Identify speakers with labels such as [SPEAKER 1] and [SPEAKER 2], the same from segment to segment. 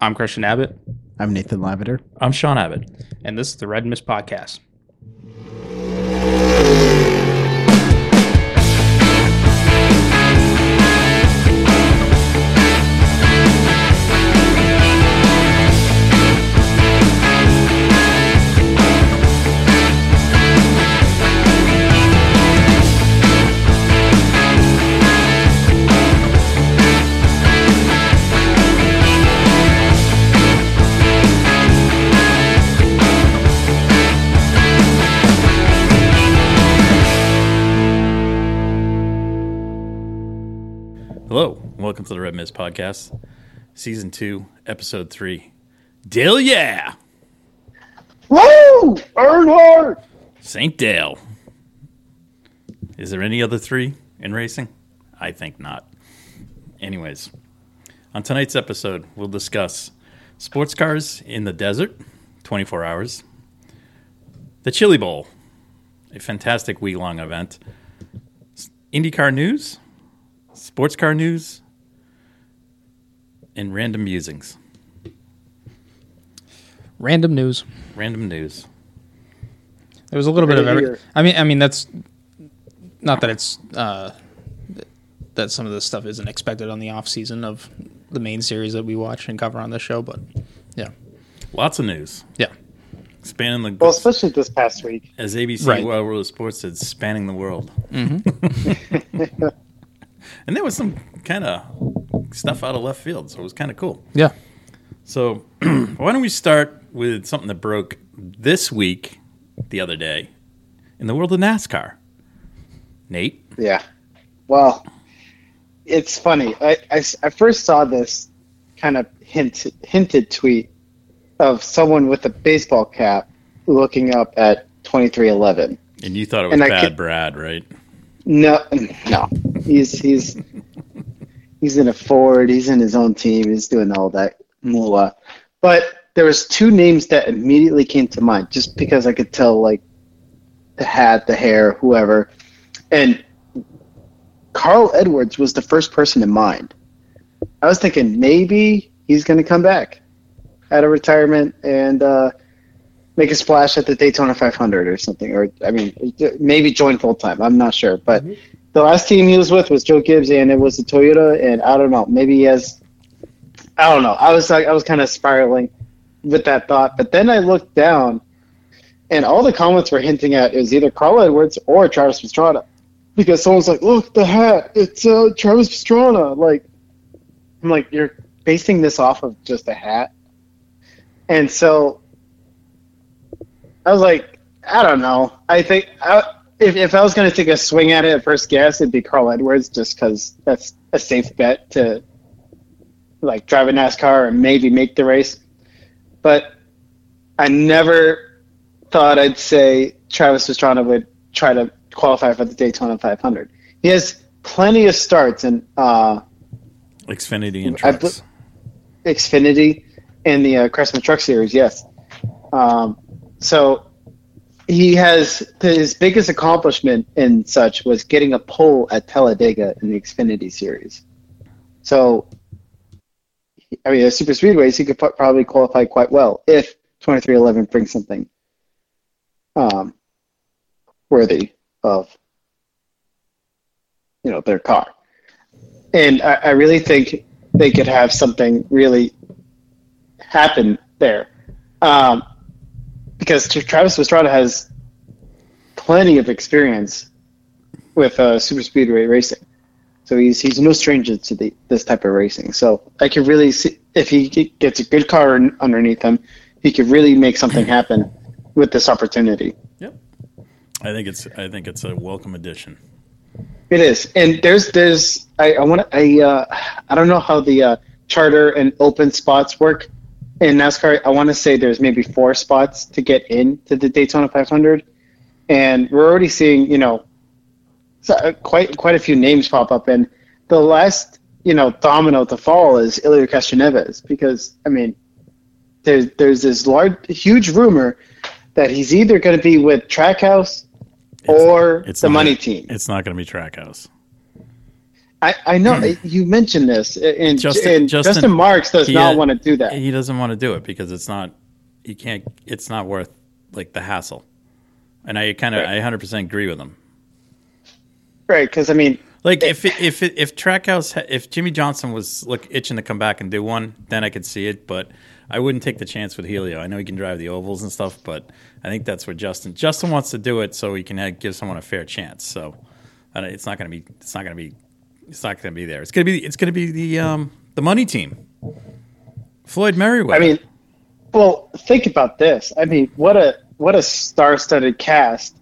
[SPEAKER 1] I'm Christian Abbott.
[SPEAKER 2] I'm Nathan Lavender.
[SPEAKER 1] I'm Sean Abbott. And this is the Red Mist Podcast.
[SPEAKER 3] Hello, welcome to the Red Mist Podcast, Season 2, Episode 3. Dale, yeah!
[SPEAKER 4] Woo! Earnhardt!
[SPEAKER 3] St. Dale. Is there any other three in racing? I think not. Anyways, on tonight's episode, we'll discuss sports cars in the desert, 24 hours, the Chili Bowl, a fantastic week long event, s- IndyCar news, sports car news, and random musings.
[SPEAKER 1] Random news.
[SPEAKER 3] Random news.
[SPEAKER 1] There was a little bit of
[SPEAKER 4] Right
[SPEAKER 1] every.
[SPEAKER 4] here.
[SPEAKER 1] I mean, I mean that's not that it's uh, th- that some of this stuff isn't expected on the off season of the main series that we watch and cover on this show, but yeah,
[SPEAKER 3] Lots of news.
[SPEAKER 1] yeah,
[SPEAKER 3] Spanning the
[SPEAKER 4] Well, especially this past week.
[SPEAKER 3] as ABC
[SPEAKER 1] Right.
[SPEAKER 3] Wild World of Sports said, spanning the world.
[SPEAKER 4] Mm-hmm.
[SPEAKER 3] and there was some kind of stuff out of left field, so it was kind of cool.
[SPEAKER 1] yeah.
[SPEAKER 3] So why don't we start with something that broke this week, the other day, in the world of NASCAR? Nate,
[SPEAKER 4] Yeah. Well, it's funny. I, I s- I first saw this kind of hint, hinted tweet of someone with a baseball cap looking up at 2311.
[SPEAKER 3] and you thought it was
[SPEAKER 4] And I
[SPEAKER 3] bad,
[SPEAKER 4] could-
[SPEAKER 3] Brad, right?
[SPEAKER 4] No, no. He's he's he's in a Ford. He's in his own team. He's doing all that moolah. But there was two names that immediately came to mind, just because I could tell, like the hat, the hair, whoever. And Carl Edwards was the first person in mind. I was thinking maybe he's going to come back out of retirement and uh, make a splash at the Daytona 500 or something, or I mean, maybe join full time. I'm not sure, but the last team he was with was Joe Gibbs, and it was the Toyota. And I don't know, maybe he has. I don't know. I was like, I was kind of spiraling with that thought, but then I looked down, and all the comments were hinting at it was either Carl Edwards or Travis Pastrana, because someone's like, "Look, the hat, it's uh, Travis Pastrana." Like, I'm like, you're basing this off of just a hat, and so I was like, I don't know. I think I, if, if I was going to take a swing at it at first guess, it'd be Carl Edwards just because that's a safe bet to like drive a NASCAR and maybe make the race. But I never thought I'd say Travis Pastrana would try to qualify for the Daytona 500. He has plenty of starts and uh,
[SPEAKER 3] Xfinity and
[SPEAKER 4] I bl-
[SPEAKER 3] trucks.
[SPEAKER 4] Xfinity and the uh, Crestman Truck Series. Yes. Um, so he has his biggest accomplishment and such was getting a pole at Talladega in the Xfinity Series. So, I mean, at super speedways, he could pro- probably qualify quite well if 2311 brings something um, worthy of, you know, their car. And I, I really think they could have something really happen there. Um, because Tra- Travis Pastrana has plenty of experience with uh, super speedway racing. So he's, he's no stranger to the, this type of racing. So I could really see if he g- gets a good car un- underneath him, he could really make something happen with this opportunity.
[SPEAKER 3] Yep. I think it's I think it's a welcome addition.
[SPEAKER 4] It is, and there's there's I, I want to I uh, I don't know how the uh, charter and open spots work in NASCAR. I want to say there's maybe four spots to get into the Daytona 500, and we're already seeing you know so, uh, quite quite a few names pop up, and the last you know domino to fall is Ilya Castroneves because I mean there's there's this large huge rumor that he's either going to be with Trackhouse or
[SPEAKER 3] It's
[SPEAKER 4] the
[SPEAKER 3] not-
[SPEAKER 4] money team.
[SPEAKER 3] It's not going to be Trackhouse.
[SPEAKER 4] I, I know you mentioned this, and
[SPEAKER 3] Hmm. Justin-
[SPEAKER 4] Justin, and
[SPEAKER 3] Justin-
[SPEAKER 4] Justin, Marks does
[SPEAKER 3] he- uh,
[SPEAKER 4] not want to do that.
[SPEAKER 3] He doesn't want to do it because it's not you can't it's not worth like the hassle. And I kind of
[SPEAKER 4] Right.
[SPEAKER 3] I 100% agree with him.
[SPEAKER 4] Right, because I mean,
[SPEAKER 3] Like if it, if it, if Trackhouse ha- if Jimmy Johnson was like itching to come back and do one, then I could see it. But I wouldn't take the chance with Helio. I know he can drive the ovals and stuff, but I think that's what Justin Justin wants to do it so he can uh, give someone a fair chance. So I don't- it's not going to be it's not going to be it's not going to be there. It's going to be it's going to be the um the money team. Floyd Merriweather.
[SPEAKER 4] I mean, well, think about this. I mean, what a what a star-studded cast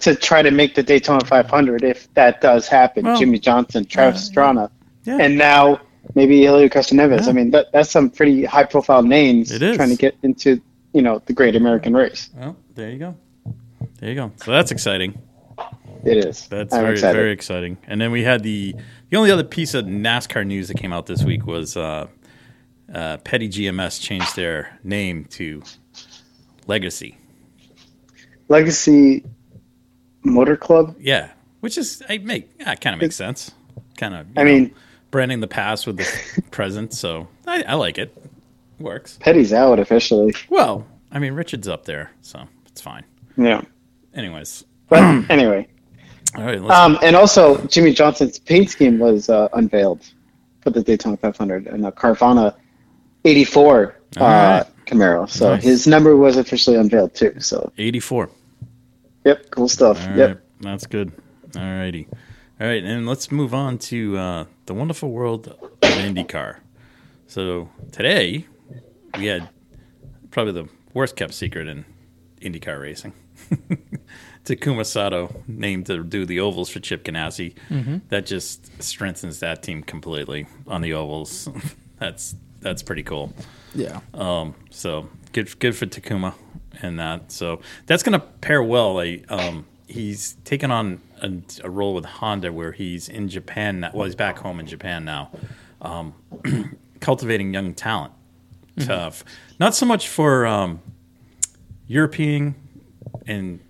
[SPEAKER 4] to try to make the Daytona 500 if that does happen.
[SPEAKER 3] Well,
[SPEAKER 4] Jimmy Johnson, Travis Strana,
[SPEAKER 3] yeah.
[SPEAKER 4] and now maybe Helio Castroneves.
[SPEAKER 3] Yeah.
[SPEAKER 4] I mean, that, that's some pretty high-profile names
[SPEAKER 3] It is.
[SPEAKER 4] trying to get into you know the Great American Race.
[SPEAKER 3] Well, there you go. There you go. So that's exciting.
[SPEAKER 4] It is.
[SPEAKER 3] That's
[SPEAKER 4] I'm
[SPEAKER 3] very
[SPEAKER 4] excited.
[SPEAKER 3] very exciting. And then we had the the only other piece of NASCAR news that came out this week was uh, uh, Petty GMS changed their name to Legacy.
[SPEAKER 4] Legacy Motor Club.
[SPEAKER 3] Yeah, which is I make yeah, kind of makes sense. Kind of.
[SPEAKER 4] I mean,
[SPEAKER 3] branding the past with the present, so I, I like it. Works
[SPEAKER 4] Petty's out officially.
[SPEAKER 3] well. I mean, Richard's up there, so it's fine.
[SPEAKER 4] Yeah.
[SPEAKER 3] Anyways,
[SPEAKER 4] But anyway.
[SPEAKER 3] all right. Let's,
[SPEAKER 4] Um, and also, Jimmy Johnson's paint scheme was uh, unveiled for the Daytona 500 and the Carvana 84 uh,
[SPEAKER 3] Alright.
[SPEAKER 4] Camaro. So
[SPEAKER 3] Nice.
[SPEAKER 4] his number was officially unveiled too. So,
[SPEAKER 3] eighty four.
[SPEAKER 4] yep, cool stuff.
[SPEAKER 3] All right,
[SPEAKER 4] yep.
[SPEAKER 3] That's good. All righty. All right. And let's move on to uh, the wonderful world of IndyCar. So today we had probably the worst kept secret in IndyCar racing. Takuma Sato named to do the ovals for Chip Ganassi. That just strengthens that team completely on the ovals. that's that's pretty cool.
[SPEAKER 1] Yeah.
[SPEAKER 3] So good, good for Takuma and that. So that's going to pair well. Like, um, he's taken on a, a role with Honda where he's in Japan. Now, well, he's back home in Japan now, um, cultivating young talent. Tough, not so much for um, European and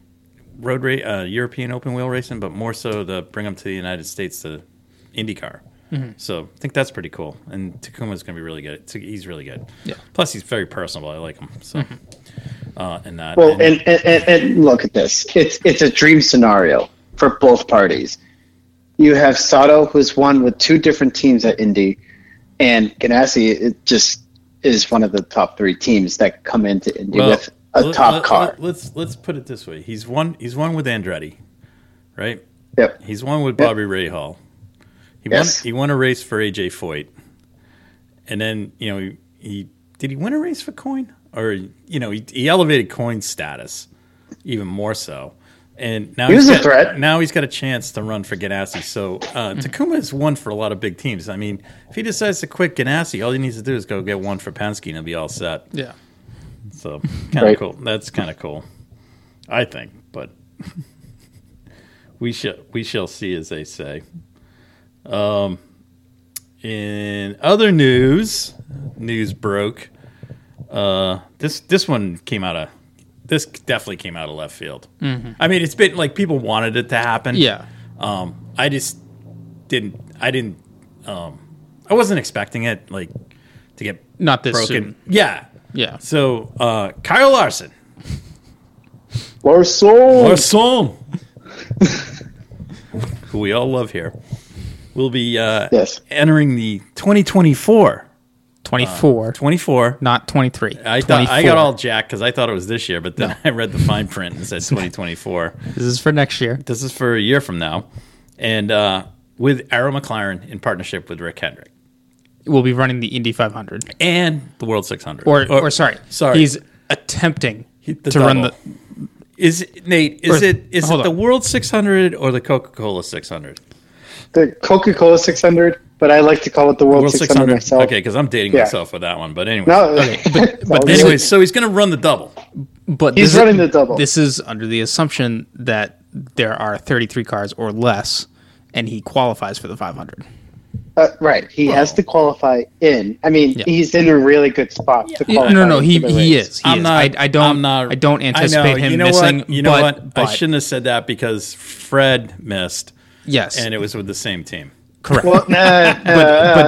[SPEAKER 3] road race, uh, European open wheel racing, but more so to bring them to the United States to IndyCar. So I think that's pretty cool, and Takuma's going to be really good. T- He's really good.
[SPEAKER 1] Yeah.
[SPEAKER 3] Plus, he's very personable. I like him. So, uh, and that.
[SPEAKER 4] Well, and, and, and, and look at this. It's it's a dream scenario for both parties. You have Sato, who's won with two different teams at Indy, and Ganassi it just is one of the top three teams that come into Indy
[SPEAKER 3] Well,
[SPEAKER 4] with a
[SPEAKER 3] let-
[SPEAKER 4] top
[SPEAKER 3] let-
[SPEAKER 4] car.
[SPEAKER 3] let- Let's let's put it this way. He's one. He's one with Andretti, right?
[SPEAKER 4] yep.
[SPEAKER 3] He's won with Bobby Rahal. He
[SPEAKER 4] Yes.
[SPEAKER 3] won. He won a race for AJ Foyt, and then you know he, he did he win a race for Coin or you know he, he elevated Coin's status even more so, and now
[SPEAKER 4] He was
[SPEAKER 3] he's
[SPEAKER 4] a
[SPEAKER 3] got-
[SPEAKER 4] threat.
[SPEAKER 3] Now he's got a chance to run for Ganassi. So uh, Takuma has won for a lot of big teams. I mean, if he decides to quit Ganassi, all he needs to do is go get one for Penske and he'll be all set.
[SPEAKER 1] Yeah.
[SPEAKER 3] So kind of
[SPEAKER 4] Right.
[SPEAKER 3] cool. That's kind of cool, I think. But we shall we shall see, as they say. Um, in other news, news broke. Uh, this this one came out of this definitely came out of left field. I mean, it's been like people wanted it to happen.
[SPEAKER 1] Mm-hmm. Yeah.
[SPEAKER 3] Um, I just didn't. I didn't. Um, I wasn't expecting it like to get
[SPEAKER 1] Not this
[SPEAKER 3] broken.
[SPEAKER 1] soon.
[SPEAKER 3] Yeah.
[SPEAKER 1] Yeah.
[SPEAKER 3] So uh, Kyle Larson,
[SPEAKER 4] Larson.
[SPEAKER 3] Larson, who we all love here, will be uh,
[SPEAKER 4] Yes.
[SPEAKER 3] entering the 2024
[SPEAKER 1] 24,
[SPEAKER 3] 24.
[SPEAKER 1] not 23.
[SPEAKER 3] I thought I got
[SPEAKER 1] 24.
[SPEAKER 3] all jacked because I thought it was this year, but then I read the fine print and said 2024.
[SPEAKER 1] This is for next year.
[SPEAKER 3] This is for a year from now, and uh, with Arrow McLaren in partnership with Rick Hendrick
[SPEAKER 1] We'll be running the Indy 500.
[SPEAKER 3] and the World 600.
[SPEAKER 1] Or, or, sorry.
[SPEAKER 3] sorry.
[SPEAKER 1] He's attempting
[SPEAKER 3] the
[SPEAKER 1] to run the.
[SPEAKER 3] double. is it, Nate? Is
[SPEAKER 1] Or-
[SPEAKER 3] it is it
[SPEAKER 1] hold
[SPEAKER 3] the
[SPEAKER 1] on.
[SPEAKER 3] World 600 or the Coca Cola 600?
[SPEAKER 4] The Coca Cola 600, but I like to call it the World, 600, myself.
[SPEAKER 3] Okay, because I'm dating
[SPEAKER 4] Yeah.
[SPEAKER 3] myself with that one. But anyway,
[SPEAKER 4] No,
[SPEAKER 1] but- but
[SPEAKER 4] anyways,
[SPEAKER 3] anyway, so he's going to run the double.
[SPEAKER 1] But
[SPEAKER 4] He's
[SPEAKER 1] this is-
[SPEAKER 4] running the double.
[SPEAKER 1] This is under the assumption that there are 33 cars or less, and he qualifies for the 500.
[SPEAKER 4] uh, right. He has to qualify in. I mean, he's in a really good spot to
[SPEAKER 1] Yeah,
[SPEAKER 4] qualify.
[SPEAKER 1] no, no, he
[SPEAKER 4] for the
[SPEAKER 1] he
[SPEAKER 4] race.
[SPEAKER 1] is. He is. I, I don't.
[SPEAKER 3] I'm not-
[SPEAKER 1] I don't
[SPEAKER 3] know,
[SPEAKER 1] anticipate him
[SPEAKER 3] you know
[SPEAKER 1] missing.
[SPEAKER 3] What, you know
[SPEAKER 1] but,
[SPEAKER 3] what? I
[SPEAKER 1] but-
[SPEAKER 3] shouldn't have said that because Fred missed,
[SPEAKER 1] Yes,
[SPEAKER 3] and it was with the same team.
[SPEAKER 1] Correct.
[SPEAKER 4] Well, nah, uh,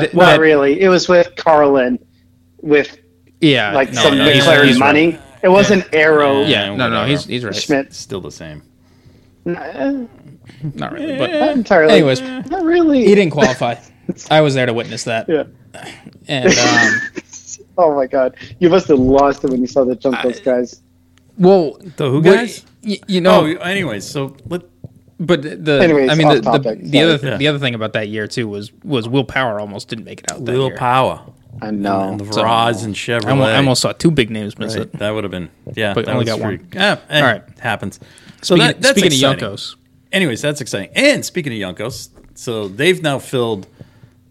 [SPEAKER 1] but
[SPEAKER 4] not
[SPEAKER 1] that-
[SPEAKER 4] really. It was with Carlin, with
[SPEAKER 1] yeah,
[SPEAKER 4] like
[SPEAKER 1] no,
[SPEAKER 4] some
[SPEAKER 1] no, he's-
[SPEAKER 4] McLaren
[SPEAKER 1] he's right.
[SPEAKER 4] money. It wasn't Arrow
[SPEAKER 3] Yeah.
[SPEAKER 1] Yeah, no, no, he's he's right.
[SPEAKER 4] Schmidt.
[SPEAKER 3] Still the same.
[SPEAKER 4] Nah,
[SPEAKER 1] Not really, but
[SPEAKER 4] not entirely.
[SPEAKER 1] anyways,
[SPEAKER 4] not really.
[SPEAKER 1] he didn't qualify. I was there to witness that,
[SPEAKER 4] Yeah.
[SPEAKER 1] and um,
[SPEAKER 4] Oh my god, you must have lost it when you saw the jump those guys.
[SPEAKER 1] well,
[SPEAKER 3] The who
[SPEAKER 1] what-
[SPEAKER 3] guys?
[SPEAKER 1] y- you know,
[SPEAKER 3] Oh, anyways, so let
[SPEAKER 1] But the
[SPEAKER 4] Anyways,
[SPEAKER 1] I mean
[SPEAKER 4] off
[SPEAKER 1] the, the,
[SPEAKER 4] topic,
[SPEAKER 1] the
[SPEAKER 4] sorry.
[SPEAKER 1] other th-
[SPEAKER 3] Yeah.
[SPEAKER 1] the other thing about that year too was was Will Power almost didn't make it out that
[SPEAKER 3] Lil
[SPEAKER 1] year.
[SPEAKER 3] Power
[SPEAKER 4] I
[SPEAKER 3] and the
[SPEAKER 4] know.
[SPEAKER 3] Veraz and Chevrolet.
[SPEAKER 1] I almost, I almost saw two big names miss
[SPEAKER 3] Right,
[SPEAKER 1] it.
[SPEAKER 3] that would have been yeah.
[SPEAKER 1] But
[SPEAKER 3] that
[SPEAKER 1] only
[SPEAKER 3] was
[SPEAKER 1] got one.
[SPEAKER 3] free. Yeah, eh,
[SPEAKER 1] All right.
[SPEAKER 3] happens. So
[SPEAKER 1] Speaking,
[SPEAKER 3] that, that's
[SPEAKER 1] speaking
[SPEAKER 3] exciting.
[SPEAKER 1] of Yonkos,
[SPEAKER 3] Anyways, that's exciting. And speaking of Yonkos, so they've now filled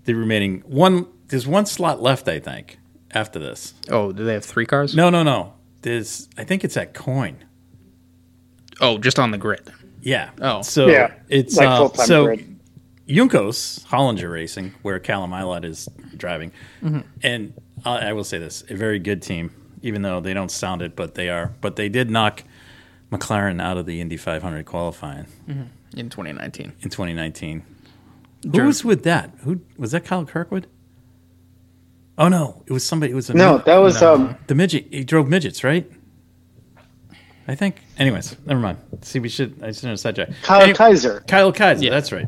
[SPEAKER 3] the remaining one. There's one slot left, I think, after this.
[SPEAKER 1] oh, do they have three cars?
[SPEAKER 3] No, no, no. There's, I think it's at Coin.
[SPEAKER 1] Oh, just on the grid.
[SPEAKER 3] Yeah.
[SPEAKER 1] Oh.
[SPEAKER 3] so
[SPEAKER 4] Yeah,
[SPEAKER 3] it's
[SPEAKER 4] like
[SPEAKER 3] uh,
[SPEAKER 4] full-time
[SPEAKER 3] so
[SPEAKER 4] grid.
[SPEAKER 3] Yunkos Hollinger Racing, where Callum Ilott is driving, and I, I will say this: a very good team, even though they don't sound it, but they are. But they did knock McLaren out of the Indy 500 qualifying
[SPEAKER 1] In 2019,
[SPEAKER 3] in 2019. Who
[SPEAKER 1] Ger-
[SPEAKER 3] was with that? Who was that? Kyle Kirkwood? Oh no, it was somebody. It was a
[SPEAKER 4] No,
[SPEAKER 3] mid-
[SPEAKER 4] that was um.
[SPEAKER 3] the midget. He drove midgets, right? I think. Anyways, never mind. See, we should. I shouldn't have sidetracked.
[SPEAKER 4] Kyle
[SPEAKER 3] Any-
[SPEAKER 4] Kaiser.
[SPEAKER 3] Kyle Kaiser. That's right.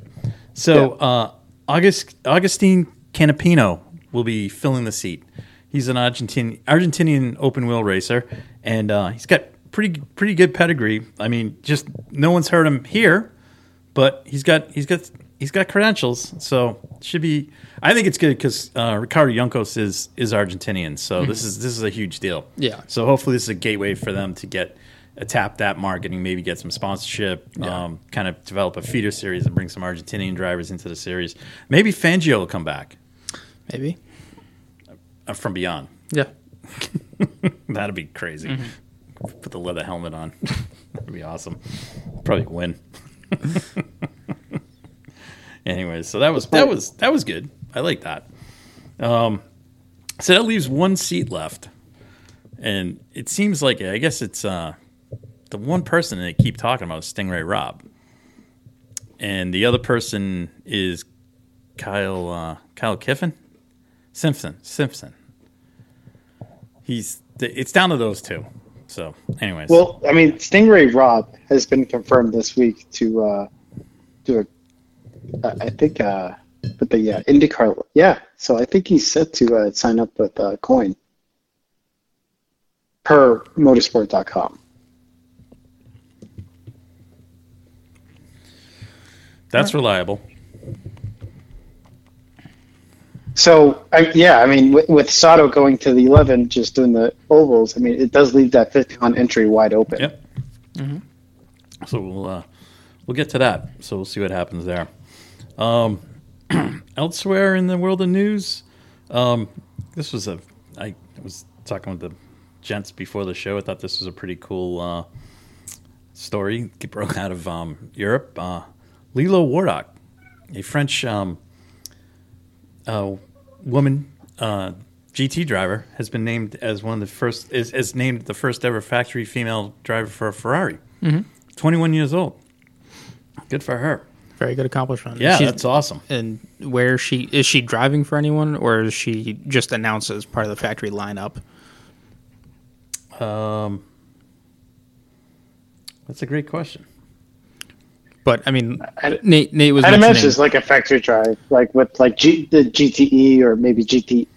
[SPEAKER 3] So uh, August Augustine Canapino will be filling the seat. He's an Argentinian Argentinian open wheel racer, and uh, he's got pretty pretty good pedigree. I mean, just no one's heard him here, but he's got he's got he's got credentials. So should be. I think it's good because uh, Ricardo Yonkos is is Argentinian, so this is this is a huge deal.
[SPEAKER 1] Yeah.
[SPEAKER 3] So hopefully this is a gateway for them to get a tap that marketing, maybe get some sponsorship, um, kind of develop a feeder series and bring some Argentinian drivers into the series. Maybe Fangio will come back
[SPEAKER 1] maybe.
[SPEAKER 3] uh, from beyond.
[SPEAKER 1] Yeah.
[SPEAKER 3] That'd be crazy. Put the leather helmet on. That'd be awesome. Probably win. Anyways, so that was that was that was good. I like that. Um, so that leaves one seat left, and it seems like I guess it's uh, the one person they keep talking about is Stingray Rob, and the other person is Kyle uh, Kyle Kiffin Simpson Simpson. He's it's down to those two. So, anyways,
[SPEAKER 4] Well, I mean, Stingray Rob has been confirmed this week to uh, do a, I- I think, uh, but the yeah, IndyCar. Yeah, so I think he's set to uh, sign up with uh, Coin per motorsport.com.
[SPEAKER 3] that's reliable.
[SPEAKER 4] So I, yeah, I mean, with, with Sato going to the eleven, just doing the ovals, I mean, it does leave that fifty-one entry wide open.
[SPEAKER 3] Yep. So we'll uh, we'll get to that. So we'll see what happens there. Um, elsewhere in the world of news, um, this was a I was talking with the gents before the show. I thought this was a pretty cool uh, story. It broke out of um, Europe. Uh, Lilo Wardock, a French um, uh, woman uh, GT driver, has been named as one of the first is, is named the first ever factory female driver for a Ferrari. 21 years old. Good for her.
[SPEAKER 1] Very good accomplishment.
[SPEAKER 3] Yeah,
[SPEAKER 1] She's-
[SPEAKER 3] that's awesome.
[SPEAKER 1] And where she is she driving for anyone, or is she just announced as part of the factory lineup?
[SPEAKER 3] Um, That's a great question.
[SPEAKER 1] But I mean,
[SPEAKER 4] I-
[SPEAKER 1] Nate, Nate was
[SPEAKER 4] I'd imagine
[SPEAKER 1] mentioning-
[SPEAKER 4] it's like a factory drive, like with like G, the GTE or maybe E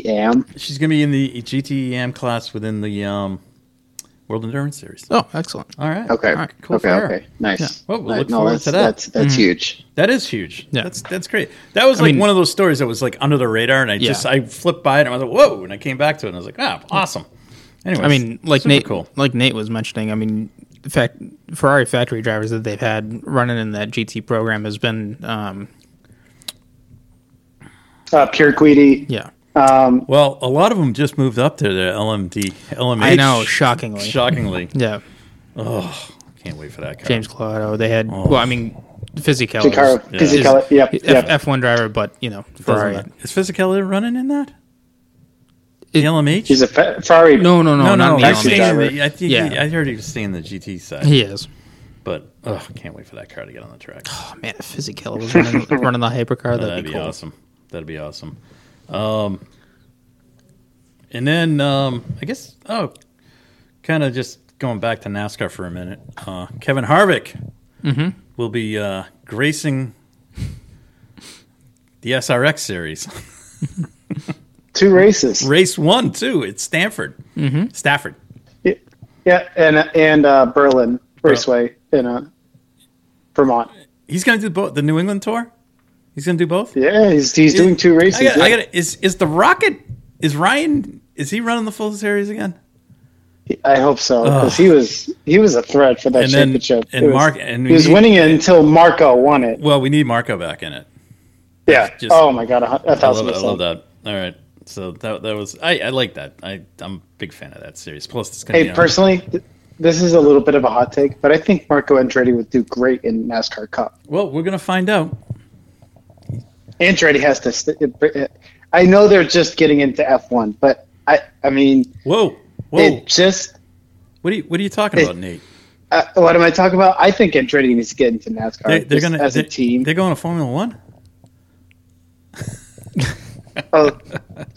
[SPEAKER 4] GTEM.
[SPEAKER 3] She's going to be in the GTEM class within the um, World Endurance Series.
[SPEAKER 1] oh, excellent.
[SPEAKER 3] All right.
[SPEAKER 4] Okay.
[SPEAKER 1] right,
[SPEAKER 3] cool
[SPEAKER 4] okay.
[SPEAKER 3] for her.
[SPEAKER 4] Okay. Nice.
[SPEAKER 1] Yeah.
[SPEAKER 3] Well, we'll
[SPEAKER 4] Right,
[SPEAKER 3] look forward
[SPEAKER 4] that's,
[SPEAKER 3] to that.
[SPEAKER 4] That's that's
[SPEAKER 3] Mm-hmm.
[SPEAKER 4] huge.
[SPEAKER 3] That is huge.
[SPEAKER 1] Yeah.
[SPEAKER 3] That's that's great. That was like
[SPEAKER 1] mean-
[SPEAKER 3] one of those stories that was like under the radar, and I just I flipped by it and I was like, whoa, and I came back to it and I was like, ah, awesome. Anyway,
[SPEAKER 1] I mean, like Nate,
[SPEAKER 3] cool.
[SPEAKER 1] like Nate was mentioning. I mean, the fact Ferrari factory drivers that they've had running in that GT program has been, um,
[SPEAKER 4] Uh, Pierre Guidi.
[SPEAKER 1] yeah,
[SPEAKER 4] Um,
[SPEAKER 3] Well, a lot of them just moved up to the LMD, LMH.
[SPEAKER 1] I know, shockingly,
[SPEAKER 3] Shockingly,
[SPEAKER 1] yeah.
[SPEAKER 3] can't wait for that. Car.
[SPEAKER 1] James Claudio, they had.
[SPEAKER 3] Oh.
[SPEAKER 1] Well, I mean, Fisichella, is-
[SPEAKER 4] Picaro,
[SPEAKER 3] Yeah.
[SPEAKER 4] Fisichella, Yep.
[SPEAKER 1] F-
[SPEAKER 4] yep.
[SPEAKER 1] F1 driver, but you know, Ferrari.
[SPEAKER 3] Doesn't that- is Fisichella running in that? The LMH.
[SPEAKER 4] He's a fa- Ferrari.
[SPEAKER 1] No, no, no,
[SPEAKER 3] no,
[SPEAKER 1] not
[SPEAKER 3] no,
[SPEAKER 1] in the
[SPEAKER 3] he's
[SPEAKER 1] LMH.
[SPEAKER 4] actually-
[SPEAKER 3] staying in
[SPEAKER 4] driver.
[SPEAKER 3] the- I think he-
[SPEAKER 1] Yeah.
[SPEAKER 3] I heard he was staying in the GT side.
[SPEAKER 1] He is.
[SPEAKER 3] But oh, can't wait for that car to get on the track.
[SPEAKER 1] Oh man, if Fizzy Killer was running, running the hypercar,
[SPEAKER 3] Oh,
[SPEAKER 1] that'd,
[SPEAKER 3] that'd
[SPEAKER 1] be,
[SPEAKER 3] be,
[SPEAKER 1] cool.
[SPEAKER 3] awesome. That'd be awesome. Um, and then um, I guess oh, kind of just going back to NASCAR for a minute. Uh, Kevin Harvick
[SPEAKER 1] Mm-hmm.
[SPEAKER 3] will be uh, gracing the SRX series,
[SPEAKER 4] Two races.
[SPEAKER 3] race one too. It's Stanford,
[SPEAKER 1] Mm-hmm.
[SPEAKER 3] Stafford.
[SPEAKER 4] Yeah, and and uh, Berlin Raceway in uh, Vermont.
[SPEAKER 3] He's going to do both the New England tour. He's going to do both.
[SPEAKER 4] Yeah, he's he's doing two races.
[SPEAKER 3] I got,
[SPEAKER 4] yeah.
[SPEAKER 3] I got. Is is the Rocket? Is Ryan? Is he running the full series again?
[SPEAKER 4] I hope so because he was he was a threat for that
[SPEAKER 3] And then-
[SPEAKER 4] championship.
[SPEAKER 3] and
[SPEAKER 4] It was-
[SPEAKER 3] Mark- and
[SPEAKER 4] he was
[SPEAKER 3] he-
[SPEAKER 4] winning it until Marco won it.
[SPEAKER 3] Well, we need Marco back in it.
[SPEAKER 4] Yeah.
[SPEAKER 3] just-
[SPEAKER 4] oh my god, a, hu- a
[SPEAKER 3] I
[SPEAKER 4] thousand
[SPEAKER 3] love, it. I
[SPEAKER 4] percent.
[SPEAKER 3] love that. All right. So that that was I, I like that. I I'm a big fan of that series. Plus it's gonna
[SPEAKER 4] Hey,
[SPEAKER 3] be on-
[SPEAKER 4] personally, th- this is a little bit of a hot take, but I think Marco Andretti would do great in NASCAR Cup.
[SPEAKER 3] Well, we're gonna find out.
[SPEAKER 4] Andretti has to. St- it- it- I know they're just getting into F one, but I I mean
[SPEAKER 3] Whoa. Whoa.
[SPEAKER 4] it just.
[SPEAKER 3] what are you what are you talking
[SPEAKER 4] it-
[SPEAKER 3] about, Nate?
[SPEAKER 4] Uh, what am I talking about? I think Andretti needs to get into NASCAR
[SPEAKER 3] They, they're
[SPEAKER 4] just
[SPEAKER 3] gonna
[SPEAKER 4] as a
[SPEAKER 3] they-
[SPEAKER 4] team.
[SPEAKER 3] They're going to Formula One?
[SPEAKER 4] Oh,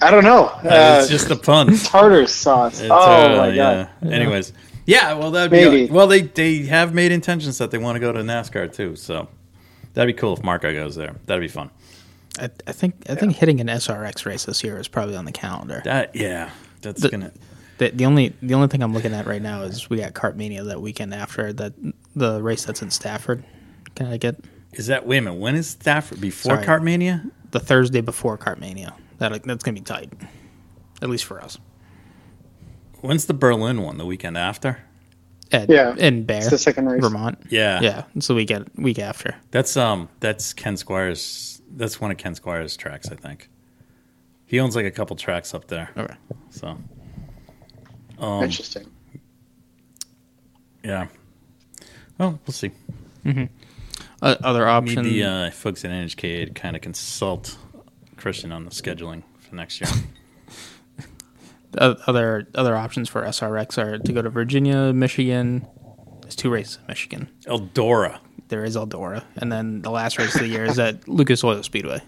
[SPEAKER 4] I don't know. Uh,
[SPEAKER 3] it's just a pun. It's,
[SPEAKER 4] tartar sauce. oh
[SPEAKER 3] uh,
[SPEAKER 4] my god.
[SPEAKER 3] yeah. Anyways. Yeah, well that'd
[SPEAKER 4] Maybe.
[SPEAKER 3] be well they they have made intentions that they want to go to NASCAR too, so that'd be cool if Marco goes there. That'd be fun.
[SPEAKER 1] I, I think I think hitting an SRX race this year is probably on the calendar.
[SPEAKER 3] That yeah. That's gonna
[SPEAKER 1] The, the only the only thing I'm looking at right now is we got Cartmania that weekend after that the race that's in Stafford, Connecticut,
[SPEAKER 3] is that wait a minute, when is Stafford before
[SPEAKER 1] Sorry.
[SPEAKER 3] Cartmania?
[SPEAKER 1] the Thursday before Cartmania. That that's gonna be tight, at least for us.
[SPEAKER 3] When's the Berlin one? The weekend after?
[SPEAKER 1] At,
[SPEAKER 4] Yeah.
[SPEAKER 1] in Bear,
[SPEAKER 4] It's the second race.
[SPEAKER 1] Vermont.
[SPEAKER 3] Yeah.
[SPEAKER 1] yeah, it's the weekend week after.
[SPEAKER 3] That's um that's Ken Squires that's one of Ken Squires' tracks, I think. He owns like a couple tracks up there.
[SPEAKER 1] Okay.
[SPEAKER 3] So Um,
[SPEAKER 4] Interesting.
[SPEAKER 3] yeah. Well, we'll see.
[SPEAKER 1] Uh, other
[SPEAKER 3] Need
[SPEAKER 1] option.
[SPEAKER 3] the uh, folks at NHK to kind of consult Christian on the scheduling for next year.
[SPEAKER 1] o- other other options for SRX are to go to Virginia, Michigan. There's two races in Michigan.
[SPEAKER 3] Eldora.
[SPEAKER 1] There is Eldora, and then the last race of the year is at Lucas Oil Speedway.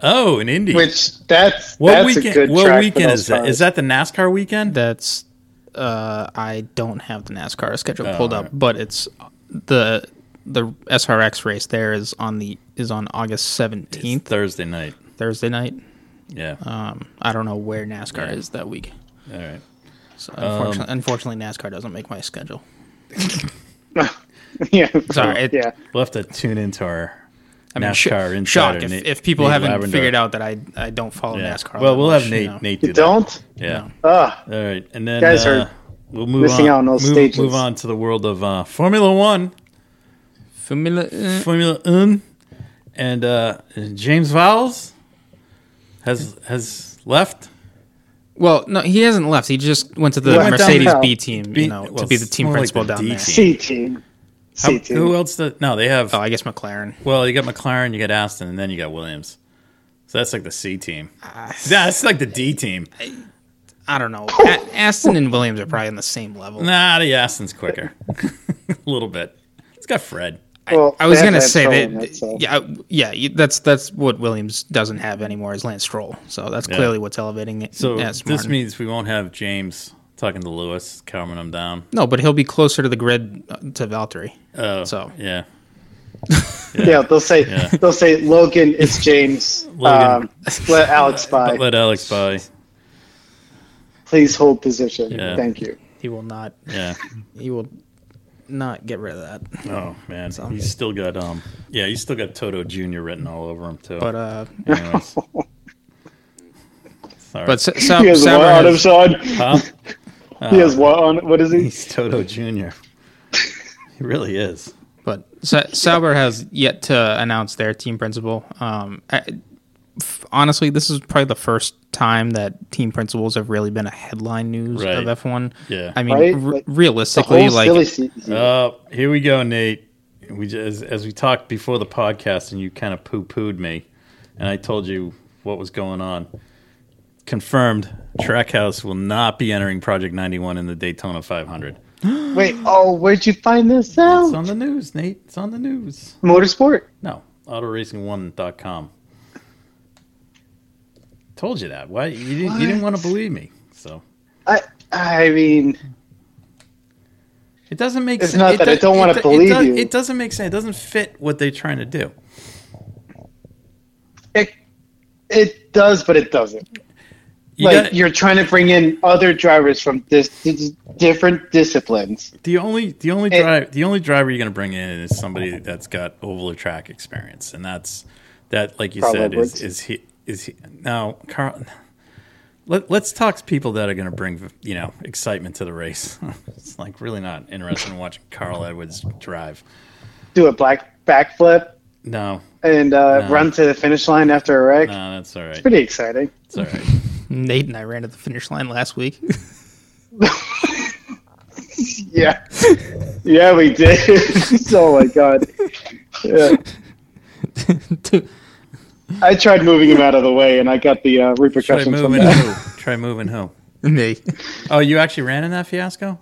[SPEAKER 3] Oh, in Indy.
[SPEAKER 4] Which that's
[SPEAKER 3] what
[SPEAKER 4] that's
[SPEAKER 3] weekend?
[SPEAKER 4] a good
[SPEAKER 3] what
[SPEAKER 4] track for
[SPEAKER 3] weekend
[SPEAKER 4] those
[SPEAKER 3] is that?
[SPEAKER 4] cars.
[SPEAKER 3] Is that the NASCAR weekend?
[SPEAKER 1] That's uh, I don't have the NASCAR schedule
[SPEAKER 3] Oh,
[SPEAKER 1] pulled
[SPEAKER 3] all
[SPEAKER 1] up,
[SPEAKER 3] right.
[SPEAKER 1] but it's the the SRX race there is on the is on August
[SPEAKER 3] It's
[SPEAKER 1] seventeenth,
[SPEAKER 3] Thursday night.
[SPEAKER 1] Thursday night.
[SPEAKER 3] Yeah.
[SPEAKER 1] Um, I don't know where NASCAR is that week.
[SPEAKER 3] All right.
[SPEAKER 1] So
[SPEAKER 3] Um,
[SPEAKER 1] unfortunately, unfortunately, NASCAR doesn't make my schedule.
[SPEAKER 4] yeah.
[SPEAKER 1] Sorry, it-
[SPEAKER 4] yeah.
[SPEAKER 3] We'll have to tune into our
[SPEAKER 1] I mean, sh-
[SPEAKER 3] NASCAR insider.
[SPEAKER 1] shock if,
[SPEAKER 3] Nate-
[SPEAKER 1] if people
[SPEAKER 3] Nate
[SPEAKER 1] haven't
[SPEAKER 3] Lavender.
[SPEAKER 1] figured out that I I don't follow
[SPEAKER 3] Yeah.
[SPEAKER 1] NASCAR.
[SPEAKER 3] Well,
[SPEAKER 1] that
[SPEAKER 3] we'll
[SPEAKER 1] much,
[SPEAKER 3] have
[SPEAKER 1] you know.
[SPEAKER 3] Nate. Nate do
[SPEAKER 4] You
[SPEAKER 3] that.
[SPEAKER 4] don't?
[SPEAKER 3] Yeah.
[SPEAKER 4] Ah,
[SPEAKER 3] All right, and then
[SPEAKER 4] Guys
[SPEAKER 3] uh,
[SPEAKER 4] are
[SPEAKER 3] we'll move
[SPEAKER 4] missing
[SPEAKER 3] on.
[SPEAKER 4] out on those
[SPEAKER 3] move,
[SPEAKER 4] stages.
[SPEAKER 3] move on to the world of uh, Formula One,
[SPEAKER 1] Formula- eh.
[SPEAKER 3] Formula Un, and uh, James Vowles has has left.
[SPEAKER 1] Well, no, he hasn't left. He just went to the
[SPEAKER 4] He went down
[SPEAKER 1] Mercedes
[SPEAKER 4] south.
[SPEAKER 1] B team,
[SPEAKER 3] B-
[SPEAKER 1] you know,
[SPEAKER 3] well,
[SPEAKER 1] to be the team
[SPEAKER 3] more like
[SPEAKER 1] principal
[SPEAKER 3] the
[SPEAKER 1] down
[SPEAKER 3] D
[SPEAKER 1] there.
[SPEAKER 3] team.
[SPEAKER 4] C team.
[SPEAKER 3] How-
[SPEAKER 4] C team.
[SPEAKER 3] who else? Does, no, they have.
[SPEAKER 1] Oh, I guess McLaren.
[SPEAKER 3] Well, you got McLaren, you got Aston, and then you got Williams. So that's like the C team.
[SPEAKER 1] Ah,
[SPEAKER 3] that's like the D team.
[SPEAKER 1] I don't know. A- Aston and Williams are probably on the same level.
[SPEAKER 3] Nah, the Aston's quicker, a little bit. It's got Fred.
[SPEAKER 4] Well,
[SPEAKER 1] I was
[SPEAKER 4] they have
[SPEAKER 1] gonna
[SPEAKER 4] Lance Stroll
[SPEAKER 1] say
[SPEAKER 4] in
[SPEAKER 1] that.
[SPEAKER 4] it, so-
[SPEAKER 1] yeah, I- yeah. you- That's that's what Williams doesn't have anymore is Lance Stroll. So that's clearly what's elevating it.
[SPEAKER 3] So
[SPEAKER 1] as
[SPEAKER 3] this
[SPEAKER 1] Martin.
[SPEAKER 3] means we won't have James talking to Lewis, calming him down.
[SPEAKER 1] no, but he'll be closer to the grid uh, to Valtteri.
[SPEAKER 3] Oh,
[SPEAKER 1] So-
[SPEAKER 3] yeah,
[SPEAKER 4] Yeah, they'll say
[SPEAKER 3] Yeah.
[SPEAKER 4] they'll say Logan, it's James.
[SPEAKER 3] Logan.
[SPEAKER 4] Um, let Alex by.
[SPEAKER 3] let Alex by.
[SPEAKER 4] Please hold position.
[SPEAKER 3] Yeah.
[SPEAKER 4] Thank you.
[SPEAKER 1] He will not.
[SPEAKER 3] Yeah.
[SPEAKER 1] He will not get rid of that.
[SPEAKER 3] Oh man, he's still got um. Yeah, he's still got Toto Junior written all over him too.
[SPEAKER 1] But uh,
[SPEAKER 3] Anyways. Sorry.
[SPEAKER 1] but Sa- Sa-
[SPEAKER 4] He has
[SPEAKER 1] Sauber
[SPEAKER 4] one on him,
[SPEAKER 1] Um, has-
[SPEAKER 4] Sean.
[SPEAKER 3] Huh?
[SPEAKER 4] He has one on. What is he?
[SPEAKER 3] Uh, he's Toto Junior. he really is.
[SPEAKER 1] But Sa- Sauber has yet to announce their team principal. Um, I, f- honestly, this is probably the first time that team principals have really been a headline news
[SPEAKER 3] Right.
[SPEAKER 1] of F1.
[SPEAKER 3] Yeah.
[SPEAKER 1] I mean,
[SPEAKER 4] Right?
[SPEAKER 1] re-
[SPEAKER 4] Like, The
[SPEAKER 1] realistically,
[SPEAKER 4] whole
[SPEAKER 1] like
[SPEAKER 4] silly season.
[SPEAKER 3] Uh, here we go, Nate. We just, as, as we talked before the podcast, and you kind of poo pooed me, and I told you what was going on. Confirmed, Trackhouse will not be entering Project 91 in the Daytona 500.
[SPEAKER 4] Wait, oh, where'd you find this
[SPEAKER 3] It's
[SPEAKER 4] out?
[SPEAKER 3] on the news, Nate. It's on the news.
[SPEAKER 4] Motorsport.
[SPEAKER 3] No, autoracing1.com. Told you that. Why you didn't, you didn't want to believe me? So
[SPEAKER 4] I I mean,
[SPEAKER 3] it doesn't make
[SPEAKER 4] It's
[SPEAKER 3] sen-
[SPEAKER 4] not
[SPEAKER 3] it
[SPEAKER 4] that I
[SPEAKER 3] does-
[SPEAKER 4] don't
[SPEAKER 3] it
[SPEAKER 4] wanna
[SPEAKER 3] do- it
[SPEAKER 4] believe
[SPEAKER 3] does-
[SPEAKER 4] you.
[SPEAKER 3] It doesn't make sense. It doesn't fit what they're trying to do.
[SPEAKER 4] it it does, but it doesn't.
[SPEAKER 3] You
[SPEAKER 4] like
[SPEAKER 3] gotta-
[SPEAKER 4] you're trying to bring in other drivers from dis- dis- different disciplines.
[SPEAKER 3] The only the only
[SPEAKER 4] It-
[SPEAKER 3] drive the only driver you're going to bring in is somebody that's got oval or track experience, and that's that like you
[SPEAKER 4] Carl
[SPEAKER 3] said is
[SPEAKER 4] Edwards.
[SPEAKER 3] is he is he now Carl. Let, let's talk to people that are going to bring you know excitement to the race. it's like really not interested in watching Carl Edwards drive.
[SPEAKER 4] Do a black backflip
[SPEAKER 3] No,
[SPEAKER 4] and uh,
[SPEAKER 3] No.
[SPEAKER 4] run to the finish line after a wreck.
[SPEAKER 3] no, that's all right.
[SPEAKER 4] Pretty exciting.
[SPEAKER 3] It's all right.
[SPEAKER 1] Nate and I ran to the finish line last week.
[SPEAKER 4] Yeah, yeah, we did. oh my god. Yeah.
[SPEAKER 1] Dude,
[SPEAKER 4] I tried moving him out of the way, and I got the uh,
[SPEAKER 3] Try
[SPEAKER 4] repercussions from
[SPEAKER 3] moving
[SPEAKER 4] that.
[SPEAKER 3] who? Try moving who?
[SPEAKER 1] Me.
[SPEAKER 3] Oh, you actually ran in that fiasco?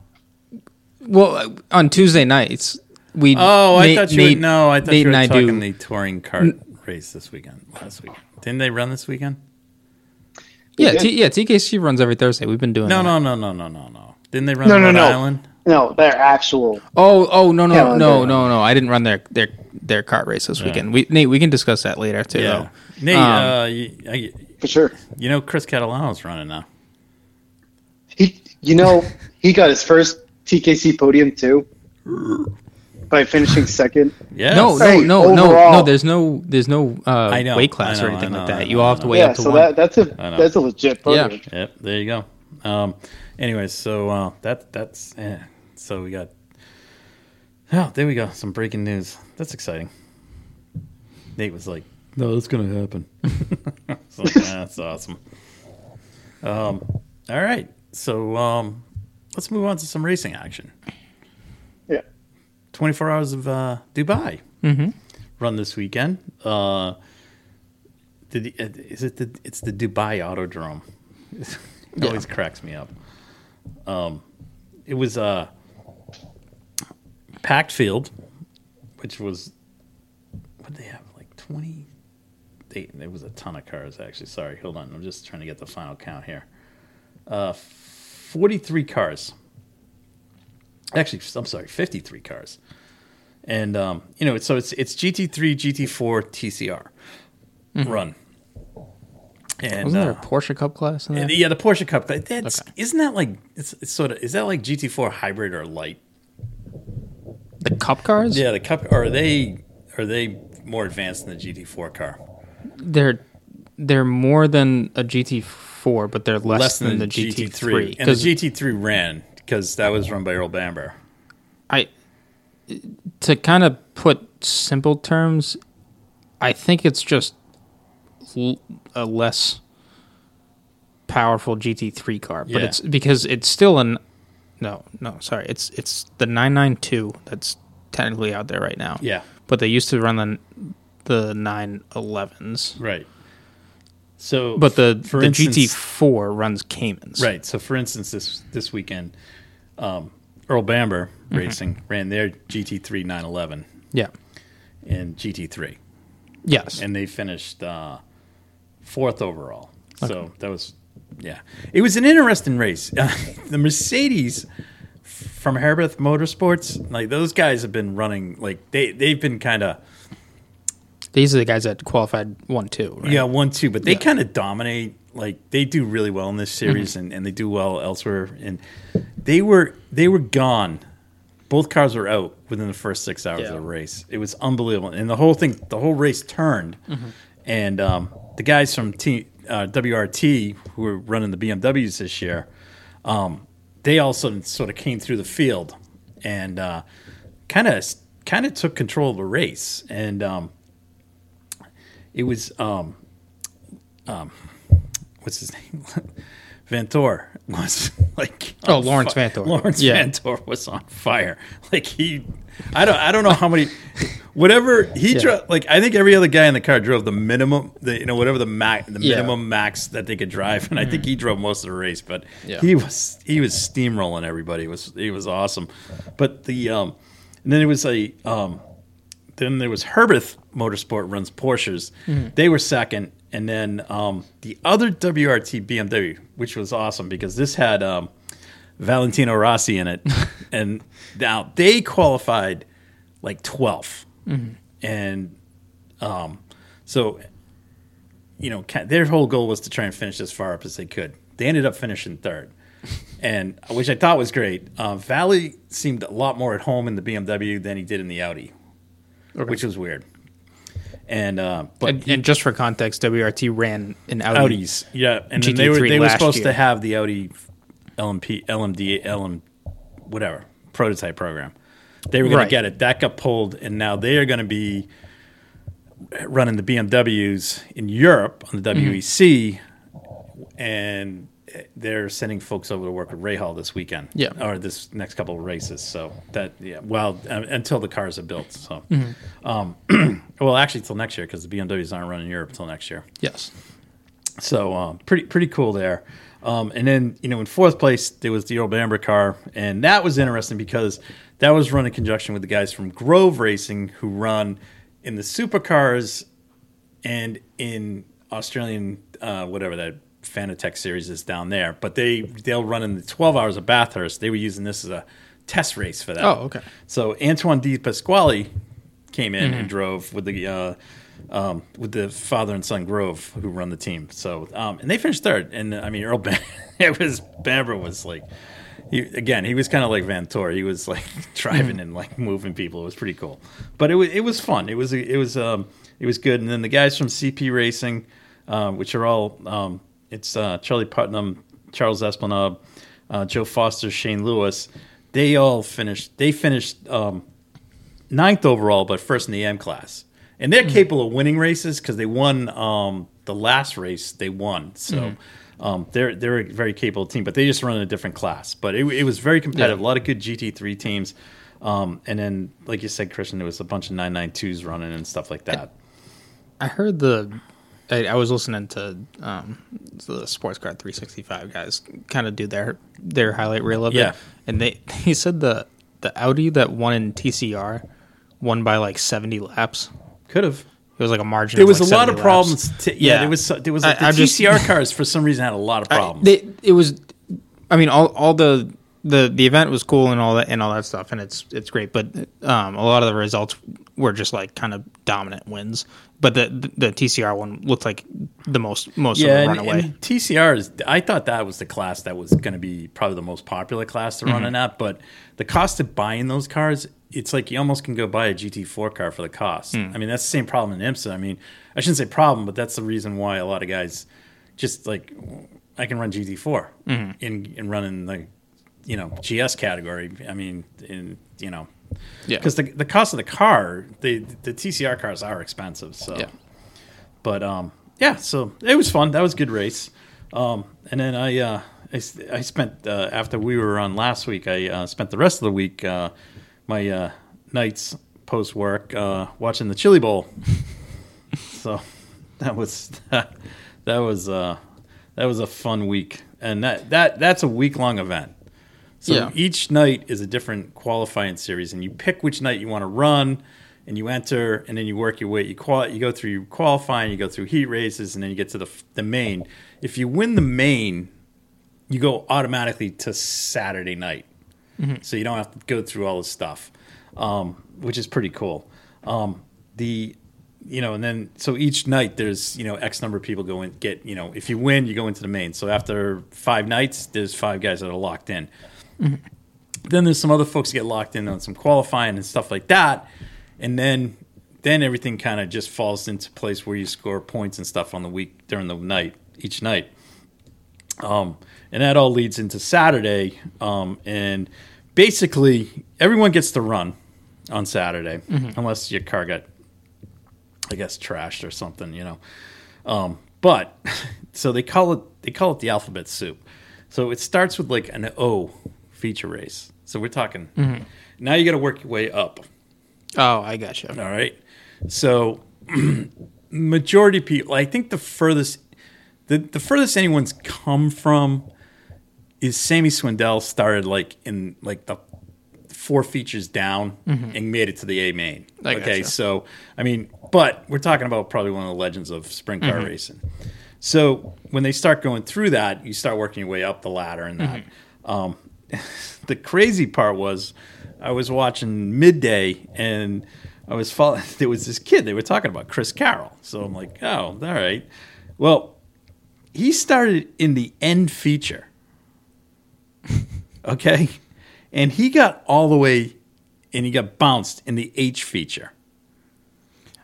[SPEAKER 1] Well, on Tuesday nights we.
[SPEAKER 3] Oh, I
[SPEAKER 1] Nate-
[SPEAKER 3] thought you
[SPEAKER 1] Nate-
[SPEAKER 3] were, no, I thought
[SPEAKER 1] Nate
[SPEAKER 3] you were
[SPEAKER 1] and I
[SPEAKER 3] talking
[SPEAKER 1] do-
[SPEAKER 3] the touring kart race this weekend. Last weekend, didn't they run this weekend?
[SPEAKER 1] Yeah, T- yeah. TKC runs every Thursday. We've been doing
[SPEAKER 3] No,
[SPEAKER 1] that.
[SPEAKER 3] no, no, no, no, no, no. Didn't they run
[SPEAKER 4] No,
[SPEAKER 3] on
[SPEAKER 4] no,
[SPEAKER 3] Rhode
[SPEAKER 4] no.
[SPEAKER 3] Island?
[SPEAKER 4] No, they're actual.
[SPEAKER 1] Oh, oh no, no,
[SPEAKER 4] Yeah,
[SPEAKER 1] no,
[SPEAKER 4] they're-
[SPEAKER 1] no, no. I didn't run their their their kart race this weekend. We Nate, we can discuss that later too.
[SPEAKER 3] Yeah.
[SPEAKER 1] Though.
[SPEAKER 3] Nate,
[SPEAKER 1] Um,
[SPEAKER 3] uh, you, I-
[SPEAKER 4] For sure.
[SPEAKER 3] you know Chris Catalano's running now.
[SPEAKER 4] He, you know, he got his first TKC podium too by finishing second.
[SPEAKER 3] Yeah.
[SPEAKER 1] No, no,
[SPEAKER 4] Hey,
[SPEAKER 1] no, no, no.
[SPEAKER 4] overall-
[SPEAKER 1] There's no, there's no uh,
[SPEAKER 3] I know,
[SPEAKER 1] weight class
[SPEAKER 3] I know,
[SPEAKER 1] or anything
[SPEAKER 3] I
[SPEAKER 1] like
[SPEAKER 3] know, I
[SPEAKER 1] that.
[SPEAKER 3] know,
[SPEAKER 1] You all
[SPEAKER 3] I
[SPEAKER 1] have to
[SPEAKER 3] know.
[SPEAKER 1] weigh
[SPEAKER 4] Yeah,
[SPEAKER 1] up to
[SPEAKER 4] so
[SPEAKER 1] one.
[SPEAKER 4] that that's a
[SPEAKER 3] I know.
[SPEAKER 4] that's a legit podium.
[SPEAKER 1] Yeah.
[SPEAKER 3] Yep. There you go. Um. Anyway, so uh, that that's eh. so we got. Oh, there we go. Some breaking news. That's exciting. Nate was like, "No, that's gonna happen." I was like, "Ah, that's awesome. Um. All right. So um, let's move on to some racing action.
[SPEAKER 4] Yeah.
[SPEAKER 3] 24 hours of uh, Dubai run this weekend. Uh, did the, uh, is it the it's the Dubai Autodrome? it always cracks me up. Um, it was a packed field, which was what they have like 20. They, there was a ton of cars actually. Sorry, hold on. I'm just trying to get the final count here. Uh, 43 cars actually i'm sorry 53 cars and um, you know so it's it's gt3 gt4 tcr run and
[SPEAKER 1] Mm-hmm. Wasn't there
[SPEAKER 3] uh,
[SPEAKER 1] a Porsche Cup class in
[SPEAKER 3] and
[SPEAKER 1] that?
[SPEAKER 3] yeah the porsche cup that- that's isn't that like it's, it's sort of is that like gt4 hybrid or light
[SPEAKER 1] the Cup cars?
[SPEAKER 3] yeah the cup or are they are they more advanced than the gt4 car
[SPEAKER 1] They're they're more than a GT4, but they're less,
[SPEAKER 3] less
[SPEAKER 1] than, the GT3.
[SPEAKER 3] and the
[SPEAKER 1] Because
[SPEAKER 3] gt3 ran because that was run by earl bamber
[SPEAKER 1] I to kind of put simple terms, I think it's just l- a less powerful GT3 car, but
[SPEAKER 3] Yeah.
[SPEAKER 1] it's because it's still an no, no, sorry, it's it's the 992 that's technically out there right now.
[SPEAKER 3] yeah
[SPEAKER 1] but they used to run the the 911s.
[SPEAKER 3] right so
[SPEAKER 1] But the,
[SPEAKER 3] for
[SPEAKER 1] the
[SPEAKER 3] instance-
[SPEAKER 1] GT4 runs Caymans.
[SPEAKER 3] Right. So, for instance, this this weekend, um, Earl Bamber
[SPEAKER 1] Mm-hmm.
[SPEAKER 3] Racing ran their GT3 911
[SPEAKER 1] Yeah.
[SPEAKER 3] and GT3,
[SPEAKER 1] Yes.
[SPEAKER 3] and they finished uh, fourth overall. So that was, yeah, it was an interesting race. the Mercedes from Herbert Motorsports, like those guys have been running, like they they've been kind of.
[SPEAKER 1] These are the guys that qualified 1 2. Right?
[SPEAKER 3] Yeah, one, two, but they kind of dominate. Like they do really well in this
[SPEAKER 1] Mm-hmm.
[SPEAKER 3] series, and, and they do well elsewhere. And they were they were gone. Both cars were out within the first six hours
[SPEAKER 1] Yeah.
[SPEAKER 3] of the race. It was unbelievable, and the whole thing, the whole race turned.
[SPEAKER 1] Mm-hmm.
[SPEAKER 3] And um, the guys from T, uh, WRT who were running the BMWs this year, um, they also sort of came through the field and kind of kind of took control of the race. And um, it was um, um, what's his name? Vantor was like
[SPEAKER 1] Oh,
[SPEAKER 3] on
[SPEAKER 1] Lawrence
[SPEAKER 3] fi-
[SPEAKER 1] Vantor.
[SPEAKER 3] Lawrence
[SPEAKER 1] Yeah.
[SPEAKER 3] Vantor was on fire. Like he, I don't, I don't know how many, whatever he drove. Like I think every other guy in the car drove the minimum, the, you know, whatever the max, the
[SPEAKER 1] Yeah. Mm.
[SPEAKER 3] minimum max that they could drive, and I think he drove most of the race. But
[SPEAKER 1] Yeah.
[SPEAKER 3] he was he was steamrolling everybody. It was he was awesome. But the um, and then it was a um, then there was Herbert Motorsport runs Porsches.
[SPEAKER 1] Mm.
[SPEAKER 3] They were second, and then um, the other WRT BMW, which was awesome because this had um, Valentino Rossi in it, and now they qualified like 12th, and um, so you know ca- their whole goal was to try and finish as far up as they could. They ended up finishing third. And which I thought was great. Uh, Valley seemed a lot more at home in the BMW than he did in the Audi, which was weird. And uh, but
[SPEAKER 1] and, and just for context, WRT ran an Audi.
[SPEAKER 3] Audis, yeah, and then they
[SPEAKER 1] GT3
[SPEAKER 3] were they were
[SPEAKER 1] last
[SPEAKER 3] supposed
[SPEAKER 1] year.
[SPEAKER 3] to have the Audi LMP LMD LM whatever prototype program. They were going
[SPEAKER 1] Right.
[SPEAKER 3] to get it. That got pulled, and now they are going to be running the BMWs in Europe on
[SPEAKER 1] Mm-hmm.
[SPEAKER 3] the WEC, and they're sending folks over to work with Ray Hall this weekend,
[SPEAKER 1] Yeah.
[SPEAKER 3] or this next couple of races. So that yeah, well um, until the cars are built. So,
[SPEAKER 1] Mm-hmm.
[SPEAKER 3] um, well, actually till next year because the BMWs aren't running in Europe till next year.
[SPEAKER 1] Yes.
[SPEAKER 3] So um, pretty pretty cool there. Um, and then you know in fourth place there was the Earl Bamber car, and that was interesting because that was run in conjunction with the guys from Grove Racing who run in the supercars and in Australian uh, whatever that Fanatec series is down there. But they they'll run in the twelve hours of Bathurst. They were using this as a test race for that.
[SPEAKER 1] Oh, okay.
[SPEAKER 3] So Antoine Di Pasquale came in
[SPEAKER 1] Mm-hmm.
[SPEAKER 3] and drove with the uh, um, with the father and son Grove who run the team. So um, and they finished third. And I mean Earl Ban- it was Bamber was like he, again he was kind of like Vantor. He was like driving and like moving people. It was pretty cool. But it was it was fun. It was it was um, it was good. And then the guys from CP Racing, uh, which are all um, it's uh, Charlie Putnam, Charles Esplanade, uh, Joe Foster, Shane Lewis. They all finished. They finished um, ninth overall, but first in the M class. And
[SPEAKER 1] Mm-hmm.
[SPEAKER 3] they're capable of winning races because they won um, the last race. They won, so
[SPEAKER 1] Mm-hmm.
[SPEAKER 3] um, they're they're a very capable team. But they just run in a different class. But it, it was very competitive. A lot of good GT three teams, um, and then like you said, Christian, there was a bunch of nine nine twos running and stuff like that.
[SPEAKER 1] I heard the. I, I was listening to um, the Sports Car 365 guys kind of do their their highlight reel of
[SPEAKER 3] Yeah.
[SPEAKER 1] it, and they he said the the Audi that won in TCR won by like 70 laps.
[SPEAKER 3] Could have.
[SPEAKER 1] It was like a margin.
[SPEAKER 3] There
[SPEAKER 1] of,
[SPEAKER 3] was
[SPEAKER 1] like,
[SPEAKER 3] a lot
[SPEAKER 1] 70
[SPEAKER 3] of
[SPEAKER 1] laps.
[SPEAKER 3] problems. To, yeah,
[SPEAKER 1] Yeah.
[SPEAKER 3] there was so- there was
[SPEAKER 1] I-
[SPEAKER 3] like, the
[SPEAKER 1] I'm just-
[SPEAKER 3] TCR cars for some reason had a lot of
[SPEAKER 1] I-
[SPEAKER 3] problems.
[SPEAKER 1] they, it was. I mean, all all the the the event was cool and all that and all that stuff, and it's it's great. But um, a lot of the results were just like kind of dominant wins. But the the, the TCR one looked like the most most of the
[SPEAKER 3] yeah, and,
[SPEAKER 1] runaway.
[SPEAKER 3] and TCR is. I thought that was the class that was going to be probably the most popular class to
[SPEAKER 1] Mm-hmm.
[SPEAKER 3] run in that. But the cost of buying those cars, it's like you almost can go buy a GT4 car for the cost.
[SPEAKER 1] Hmm.
[SPEAKER 3] I mean, that's the same problem in IMSA. I mean, I shouldn't say problem, but that's the reason why a lot of guys just like I can run GT4
[SPEAKER 1] Mm-hmm.
[SPEAKER 3] and and run in the you know GS category. I mean, in you know,
[SPEAKER 1] Yeah.
[SPEAKER 3] because the the cost of the car, the the TCR cars are expensive. So.
[SPEAKER 1] Yeah.
[SPEAKER 3] But um, yeah, so it was fun. That was a good race. Um, and then I, uh, I, s- I spent uh, after we were on last week. I uh, spent the rest of the week uh, my uh, nights post work uh, watching the Chili Bowl. so that was that, was uh, that was a fun week, and that that that's a week long event. So
[SPEAKER 1] Yeah.
[SPEAKER 3] each night is a different qualifying series, and you pick which night you want to run, and you enter, and then you work your way. You qual- you go through your qualifying, you go through heat races, and then you get to the f- the main. If you win the main, you go automatically to Saturday night, so you don't have to go through all this stuff, um, which is pretty cool. Um, the you know, and then so each night there's you know X number of people go in get you know if you win you go into the main. So after five nights, there's five guys that are locked in then there's some other folks that get locked in on some qualifying and stuff like that and then then everything kind of just falls into place where you score points and stuff on the week during the night each night um, and that all leads into saturday um, and basically everyone gets to run on saturday unless your car got i guess trashed or something you know Um, But so they call it they call it the alphabet soup. So it starts with like an O feature race. So we're talking now you got to work your way up.
[SPEAKER 1] Oh, I gotcha.
[SPEAKER 3] All right. So majority people, I think the furthest the, the furthest anyone's come from is Sammy Swindell started like in like the four features down and made it to the A main.
[SPEAKER 1] Mm-hmm. I
[SPEAKER 3] okay,
[SPEAKER 1] gotcha.
[SPEAKER 3] so I mean, but we're talking about probably one of the legends of sprint car
[SPEAKER 1] Mm-hmm.
[SPEAKER 3] racing. So when they start going through that, you start working your way up the ladder and that.
[SPEAKER 1] Mm-hmm.
[SPEAKER 3] Um, the crazy part was I was watching midday and I was following. There was this kid they were talking about, Chris Carroll. So I'm like, oh, all right. Well, he started in the end feature. okay. And he got all the way and he got bounced in the H feature.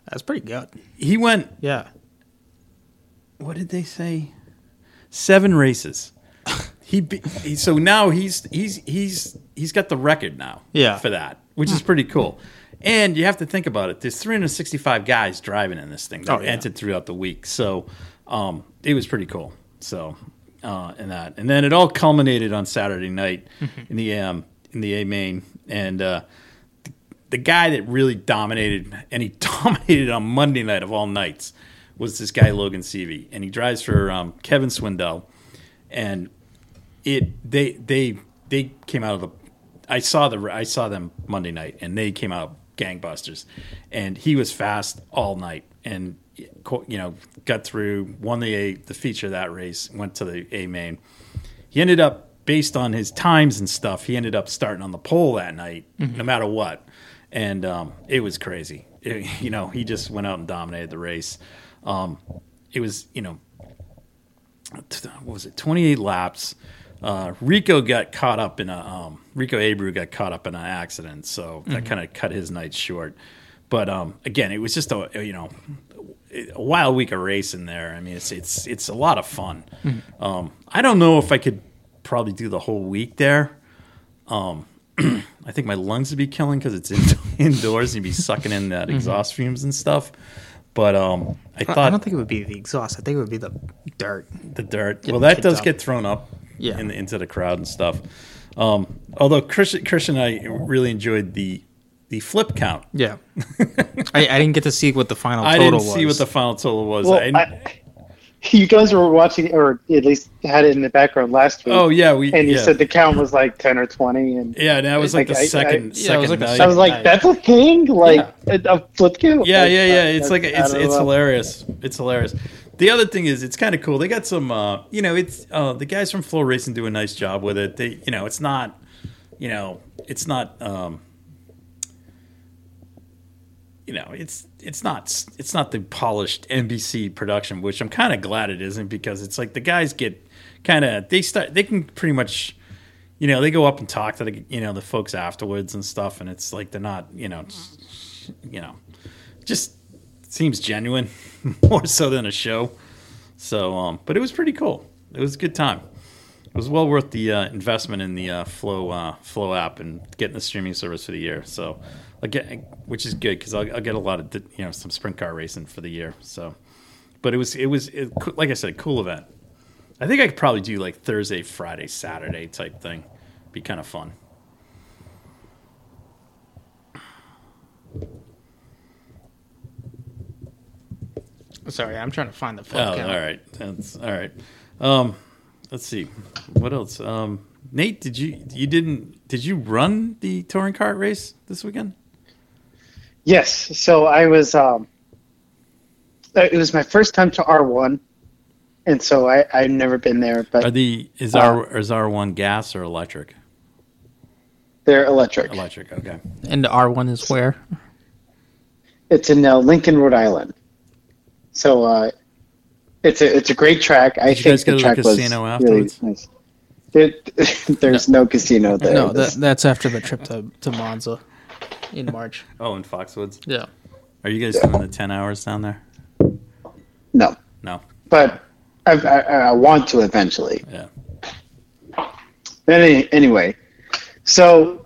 [SPEAKER 1] That's pretty good.
[SPEAKER 3] He went,
[SPEAKER 1] Yeah.
[SPEAKER 3] what did they say? Seven races. He, be, he so now he's he's he's he's got the record now.
[SPEAKER 1] Yeah.
[SPEAKER 3] For that, which is pretty cool. And you have to think about it. There's 365 guys driving in this thing
[SPEAKER 1] Oh,
[SPEAKER 3] that
[SPEAKER 1] yeah.
[SPEAKER 3] entered throughout the week. So um, it was pretty cool. So uh, and that, and then it all culminated on Saturday night
[SPEAKER 1] Mm-hmm.
[SPEAKER 3] in the um, in the A main, and uh, the guy that really dominated, and he dominated on Monday night of all nights, was this guy Logan Seavey, and he drives for um, Kevin Swindell, and it they they they came out of the. I saw the I saw them Monday night, and they came out gangbusters, and he was fast all night, and co- you know got through, won the A, the feature of that race, went to the A main. He ended up based on his times and stuff. He ended up starting on the pole that night, no matter what, and um, it was crazy. It- you know, he just went out and dominated the race. Um, it was you know t- what was it 28 laps uh, rico got caught up in a um, rico abreu got caught up in an accident so that kind of cut his night short but um, again it was just a you know a wild week of racing there i mean it's it's it's a lot of fun um, i don't know if i could probably do the whole week there um, i think my lungs would be killing because it's in- indoors and you'd be sucking in that exhaust fumes and stuff but um, Mm-hmm. I
[SPEAKER 1] I-
[SPEAKER 3] thought
[SPEAKER 1] I don't think it would be the exhaust. I think it would be the dirt.
[SPEAKER 3] the dirt. Well, that
[SPEAKER 1] kicked
[SPEAKER 3] does
[SPEAKER 1] up.
[SPEAKER 3] get thrown up
[SPEAKER 1] Yeah.
[SPEAKER 3] in the, into the crowd and stuff. Um, although Christian, Christian and I really enjoyed the the flip count.
[SPEAKER 1] Yeah. I, I didn't get to see what the final
[SPEAKER 3] I
[SPEAKER 1] total
[SPEAKER 3] didn't
[SPEAKER 1] was.
[SPEAKER 3] see what the final total was.
[SPEAKER 4] Well,
[SPEAKER 3] I-
[SPEAKER 4] I- you guys were watching, or at least had it in the background last week.
[SPEAKER 3] oh yeah, we
[SPEAKER 4] and you
[SPEAKER 3] yeah.
[SPEAKER 4] said the count was like ten or twenty, and
[SPEAKER 3] yeah, and that was like,
[SPEAKER 4] like,
[SPEAKER 3] the
[SPEAKER 4] I- I-
[SPEAKER 3] second
[SPEAKER 1] Yeah, it was
[SPEAKER 3] second
[SPEAKER 1] like the
[SPEAKER 3] night.
[SPEAKER 4] I was like, "That's a thing, like a, a flip count."
[SPEAKER 3] yeah, yeah, yeah.
[SPEAKER 4] that-
[SPEAKER 3] It's like
[SPEAKER 4] that's-
[SPEAKER 3] it's
[SPEAKER 4] I don't
[SPEAKER 3] it's
[SPEAKER 4] know.
[SPEAKER 3] hilarious. It's hilarious. The other thing is, it's kind of cool. They got some, uh, you know, it's uh, the guys from Flow Racing do a nice job with it. They, you know, it's not, you know, it's not, um, you know, it's it's not it's not the polished NBC production, which I'm kind of glad it isn't because it's like the guys get kind of they start they can pretty much you know, they go up and talk to the you know the folks afterwards and stuff, and it's like they're not you know, it's- you know, just seems genuine more so than a show. So, um, but it was pretty cool. It was a good time. It was well worth the uh, investment in the uh, Flow uh, Flow app and getting the streaming service for the year. So, again, which is good because I'll, I'll get a lot of you know some sprint car racing for the year. So, but it was it was it, like I said, a cool event. I think I could probably do like Thursday, Friday, Saturday type thing. Be kind of fun.
[SPEAKER 1] Sorry, I'm trying to find the
[SPEAKER 3] Oh,
[SPEAKER 1] flip count.
[SPEAKER 3] all right. That's all right. Um, let's see. What else? Um, Nate, did you you didn't did you run the touring car race this weekend?
[SPEAKER 4] Yes. So I was. Um, uh, it was my first time to R one, and so I I've never been there, but
[SPEAKER 3] Are the is our
[SPEAKER 4] Uh,
[SPEAKER 3] is our one gas or electric?
[SPEAKER 4] they're electric.
[SPEAKER 3] Electric. Okay.
[SPEAKER 1] And the R1 is where?
[SPEAKER 4] It's in uh, Lincoln, Rhode Island. So uh, it's a it's a great track. I
[SPEAKER 3] Did you
[SPEAKER 4] think
[SPEAKER 3] guys go
[SPEAKER 4] the
[SPEAKER 3] to the
[SPEAKER 4] track
[SPEAKER 3] casino
[SPEAKER 4] was
[SPEAKER 3] afterwards?
[SPEAKER 4] really nice. There- there's no, casino there.
[SPEAKER 1] No, that,
[SPEAKER 4] This-
[SPEAKER 1] that's after the trip to, to Monza in March.
[SPEAKER 3] Oh, in Foxwoods.
[SPEAKER 1] Yeah.
[SPEAKER 3] Are you guys doing the ten hours down there?
[SPEAKER 4] no.
[SPEAKER 3] No.
[SPEAKER 4] But I, I, I want to eventually.
[SPEAKER 3] Yeah.
[SPEAKER 4] But any, anyway, so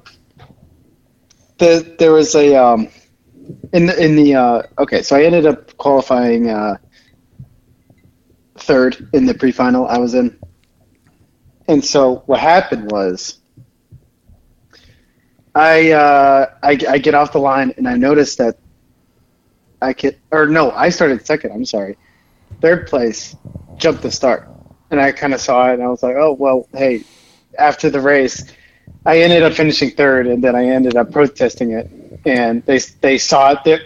[SPEAKER 4] the, there was a um, in the in the uh, okay. So I ended up qualifying uh, third in the pre-final I was in. And so what happened was, I, uh, I I get off the line and I noticed that I could or no I started second. I'm sorry, third place jumped the start, and I kind of saw it and I was like, oh well, hey, after the race. I ended up finishing third, and then I ended up protesting it. And they they saw it. They,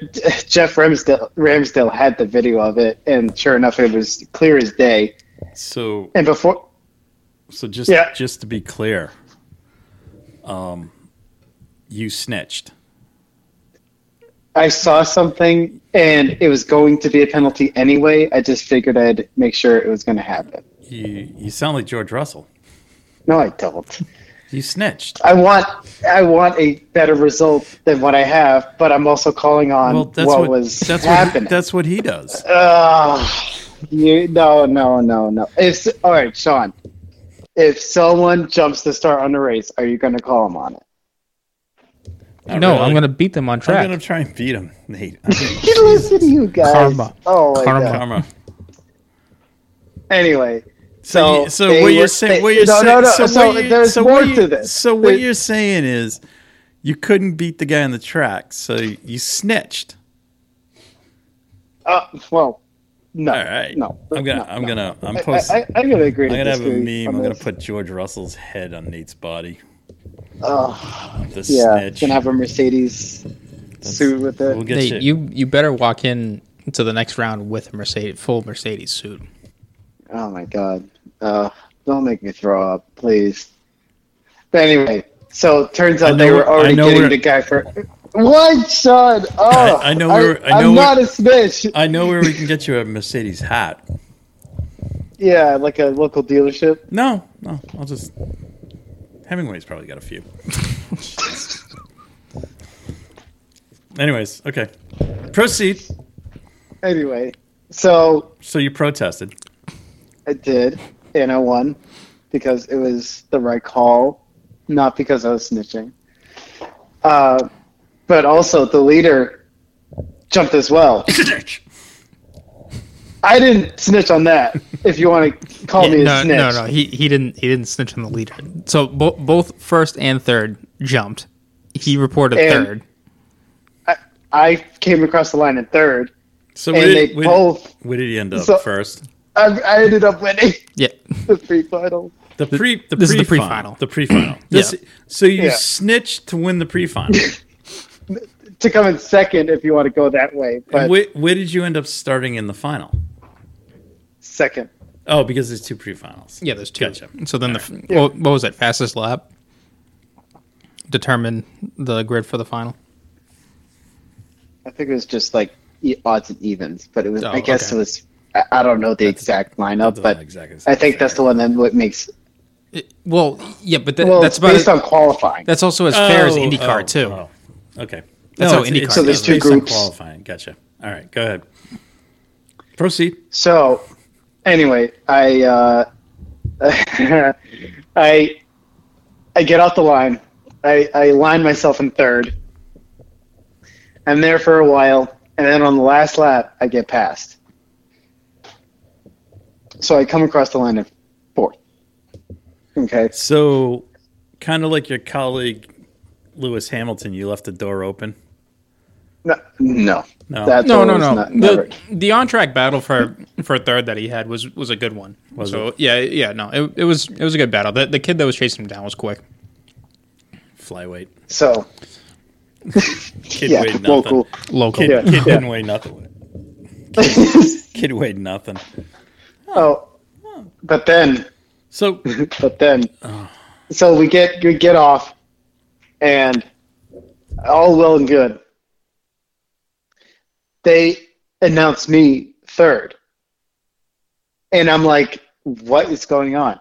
[SPEAKER 4] Jeff Ramsdale Ramsdale had the video of it, and sure enough, it was clear as day.
[SPEAKER 3] So
[SPEAKER 4] And before,
[SPEAKER 3] so just
[SPEAKER 4] Yeah.
[SPEAKER 3] just to be clear, um, you snitched.
[SPEAKER 4] I saw something, and it was going to be a penalty anyway. I just figured I'd make sure it was going to happen.
[SPEAKER 3] You you sound like George Russell.
[SPEAKER 4] No, I don't.
[SPEAKER 3] You snitched.
[SPEAKER 4] I want I want a better result than what I have, but I'm also calling on
[SPEAKER 3] Well, that's
[SPEAKER 4] what,
[SPEAKER 3] what,
[SPEAKER 4] Um, was
[SPEAKER 3] that's
[SPEAKER 4] happening. Uh,
[SPEAKER 3] what that's what he does.
[SPEAKER 4] Ugh, you no no no no. If all right, Sean, if someone jumps the start on the race, are you going to call him on it?
[SPEAKER 3] Not
[SPEAKER 1] no,
[SPEAKER 3] really.
[SPEAKER 1] I'm gonna beat them on
[SPEAKER 3] I'm
[SPEAKER 1] track.
[SPEAKER 3] gonna try and beat him, Nate. I'm gonna-
[SPEAKER 4] You Listen to you guys.
[SPEAKER 1] Karma.
[SPEAKER 4] Oh my
[SPEAKER 1] Karma.
[SPEAKER 4] God.
[SPEAKER 3] Karma.
[SPEAKER 4] Anyway,
[SPEAKER 3] So, you-
[SPEAKER 4] So
[SPEAKER 3] so
[SPEAKER 4] they
[SPEAKER 3] what
[SPEAKER 4] were-
[SPEAKER 3] you're saying?
[SPEAKER 4] they-
[SPEAKER 3] What you're
[SPEAKER 4] no,
[SPEAKER 3] saying?
[SPEAKER 4] no, no,
[SPEAKER 3] So,
[SPEAKER 4] so
[SPEAKER 3] what you-
[SPEAKER 4] there's
[SPEAKER 3] so
[SPEAKER 4] more
[SPEAKER 3] what you-
[SPEAKER 4] to this.
[SPEAKER 3] So what
[SPEAKER 4] There-
[SPEAKER 3] you're saying is, you couldn't beat the guy on the track, so you snitched.
[SPEAKER 4] uh, well, no,
[SPEAKER 3] All right.
[SPEAKER 4] no.
[SPEAKER 3] I'm gonna.
[SPEAKER 4] no,
[SPEAKER 3] I'm
[SPEAKER 4] no.
[SPEAKER 3] gonna. I'm
[SPEAKER 4] I-
[SPEAKER 3] posting.
[SPEAKER 4] I,
[SPEAKER 3] I,
[SPEAKER 4] I, I'm gonna agree.
[SPEAKER 3] am
[SPEAKER 4] to
[SPEAKER 3] gonna have a
[SPEAKER 4] disagree
[SPEAKER 3] meme.
[SPEAKER 4] on
[SPEAKER 3] I'm gonna
[SPEAKER 4] this.
[SPEAKER 3] put George Russell's head on Nate's body.
[SPEAKER 4] Ugh,
[SPEAKER 3] The
[SPEAKER 4] yeah,
[SPEAKER 3] snitch.
[SPEAKER 4] gonna have a Mercedes suit with it.
[SPEAKER 3] We'll get
[SPEAKER 1] They,
[SPEAKER 3] you.
[SPEAKER 1] you you better walk in to the next round with a Mercedes full Mercedes suit.
[SPEAKER 4] Oh my god. Uh, don't make me throw up, please. But anyway, so it turns
[SPEAKER 3] I
[SPEAKER 4] out they
[SPEAKER 3] know-
[SPEAKER 4] were already
[SPEAKER 3] I know
[SPEAKER 4] getting
[SPEAKER 3] we're-
[SPEAKER 4] the guy for what, Sean? Oh,
[SPEAKER 3] I- I know we're- I know
[SPEAKER 4] am
[SPEAKER 3] we're-
[SPEAKER 4] not a snitch.
[SPEAKER 3] I know where we can get you a Mercedes hat.
[SPEAKER 4] yeah, like a local dealership.
[SPEAKER 3] No, no. I'll just. Hemingway's probably got a few. Anyways, okay. Proceed.
[SPEAKER 4] Anyway, so
[SPEAKER 3] So you protested.
[SPEAKER 4] I did, and I won because it was the right call, not because I was snitching. Uh, but also the leader jumped as well. I didn't snitch on that. If you want to call
[SPEAKER 1] Yeah,
[SPEAKER 4] me a
[SPEAKER 1] no,
[SPEAKER 4] snitch,
[SPEAKER 1] no, no. He he didn't he didn't snitch on the leader. So bo- both first and third jumped. He reported
[SPEAKER 4] And-
[SPEAKER 1] third.
[SPEAKER 4] I, I came across the line in third,
[SPEAKER 3] So
[SPEAKER 4] and
[SPEAKER 3] where
[SPEAKER 4] they
[SPEAKER 3] did, where,
[SPEAKER 4] both.
[SPEAKER 3] where did he end up
[SPEAKER 4] So-
[SPEAKER 3] first?
[SPEAKER 4] I, I ended up winning
[SPEAKER 1] Yeah.
[SPEAKER 4] the pre-final.
[SPEAKER 3] The pre the
[SPEAKER 1] this is the pre-final.
[SPEAKER 3] pre-final. The pre-final. This-
[SPEAKER 1] Yeah.
[SPEAKER 3] So you
[SPEAKER 4] Yeah.
[SPEAKER 3] snitched to win the pre-final.
[SPEAKER 4] To come in second, if you want to go that way, but
[SPEAKER 3] and where, where did you end up starting in the final?
[SPEAKER 4] second.
[SPEAKER 3] Oh, because there's two pre-finals.
[SPEAKER 1] Yeah, there's two.
[SPEAKER 3] Gotcha.
[SPEAKER 1] So then the f well, what was it? Fastest lap determined the grid for the final.
[SPEAKER 4] I think it was just like e- odds and evens, but it was.
[SPEAKER 1] Oh,
[SPEAKER 4] I guess
[SPEAKER 1] okay.
[SPEAKER 4] it was. I, I don't know the exact lineup,
[SPEAKER 3] Doesn't
[SPEAKER 4] but
[SPEAKER 3] exactly
[SPEAKER 4] I think that's the one that what makes.
[SPEAKER 1] It- well, yeah, but that,
[SPEAKER 4] Well,
[SPEAKER 1] that's
[SPEAKER 4] that's
[SPEAKER 1] about
[SPEAKER 4] based
[SPEAKER 1] it-
[SPEAKER 4] on qualifying.
[SPEAKER 1] that's also as fair as
[SPEAKER 3] Oh,
[SPEAKER 1] IndyCar
[SPEAKER 3] oh,
[SPEAKER 1] too.
[SPEAKER 3] oh. Okay.
[SPEAKER 1] That's how
[SPEAKER 3] it's- it's-
[SPEAKER 1] IndyCar
[SPEAKER 4] So there's
[SPEAKER 3] it's
[SPEAKER 4] two
[SPEAKER 3] based on
[SPEAKER 4] groups.
[SPEAKER 3] Qualifying. Gotcha. All right. Go ahead. Proceed.
[SPEAKER 4] So, anyway, I uh, I I get off the line. I, I line myself in third. I'm there for a while, and then on the last lap, I get passed. So I come across the line in fourth. Okay.
[SPEAKER 3] So, kind of like your colleague Lewis Hamilton, you left the door open.
[SPEAKER 4] No, no,
[SPEAKER 3] No,
[SPEAKER 4] That
[SPEAKER 1] No,
[SPEAKER 4] door
[SPEAKER 1] no,
[SPEAKER 4] was
[SPEAKER 1] no.
[SPEAKER 4] not- never-
[SPEAKER 1] the the on track battle for for third that he had was was a good one.
[SPEAKER 3] Was
[SPEAKER 1] so yeah, yeah, no, it, it was it was a good battle. The, the kid that was chasing him down was quick.
[SPEAKER 3] flyweight
[SPEAKER 4] So
[SPEAKER 3] kid
[SPEAKER 4] yeah,
[SPEAKER 3] weighed nothing.
[SPEAKER 4] local.
[SPEAKER 1] Local.
[SPEAKER 3] Kid,
[SPEAKER 4] Yeah.
[SPEAKER 3] kid didn't weigh nothing. Kid weighed nothing.
[SPEAKER 4] Oh, but then
[SPEAKER 3] So
[SPEAKER 4] but then so we get we get off and all well and good they announce me third and i'm like what is going on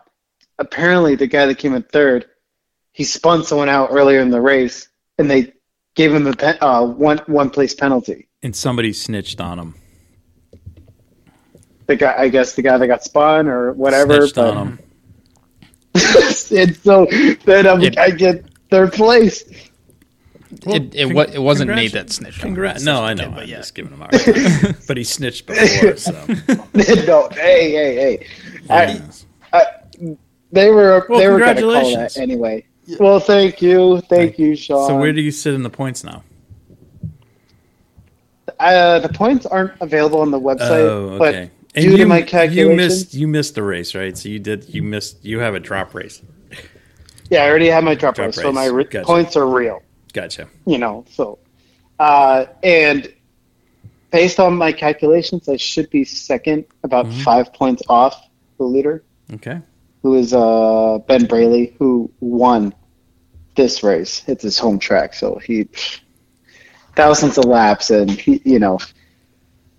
[SPEAKER 4] apparently the guy that came in third he spun someone out earlier in the race and they gave him a pen, uh, one one place penalty
[SPEAKER 3] and somebody snitched on him.
[SPEAKER 4] the guy i guess the guy that got spun or whatever
[SPEAKER 3] snitched
[SPEAKER 4] but-
[SPEAKER 3] on him.
[SPEAKER 4] and so then I'm,
[SPEAKER 1] It-
[SPEAKER 4] I get third place.
[SPEAKER 1] it, it, wa- it wasn't
[SPEAKER 3] Congrats-
[SPEAKER 1] made that snitch.
[SPEAKER 3] Congrats. No, I know.
[SPEAKER 1] but
[SPEAKER 3] I'm
[SPEAKER 1] yeah.
[SPEAKER 3] just giving him a hard time. but he snitched before, so.
[SPEAKER 4] no, hey, hey, hey. I,
[SPEAKER 3] Yes.
[SPEAKER 4] they were
[SPEAKER 3] Well,
[SPEAKER 4] they were going to call
[SPEAKER 3] congratulations.
[SPEAKER 4] that anyway. Well, thank you, thank you, Sean.
[SPEAKER 3] So where do you sit in the points now?
[SPEAKER 4] uh, the points aren't available on the website,
[SPEAKER 3] Oh, okay.
[SPEAKER 4] but due to my
[SPEAKER 3] you
[SPEAKER 4] calculations,
[SPEAKER 3] missed you missed the race, right? So you did you missed you have a drop race.
[SPEAKER 4] yeah, I already have my drop,
[SPEAKER 3] Drop
[SPEAKER 4] race, so
[SPEAKER 3] race.
[SPEAKER 4] my re-
[SPEAKER 3] Gotcha.
[SPEAKER 4] points are real.
[SPEAKER 3] Gotcha.
[SPEAKER 4] You know, so uh, and based on my calculations, I should be second, about
[SPEAKER 3] Mm-hmm.
[SPEAKER 4] five points off the leader,
[SPEAKER 3] Okay.
[SPEAKER 4] who is uh, Ben Braley, who won this race. It's his home track, so he thousands of laps, and he, you know,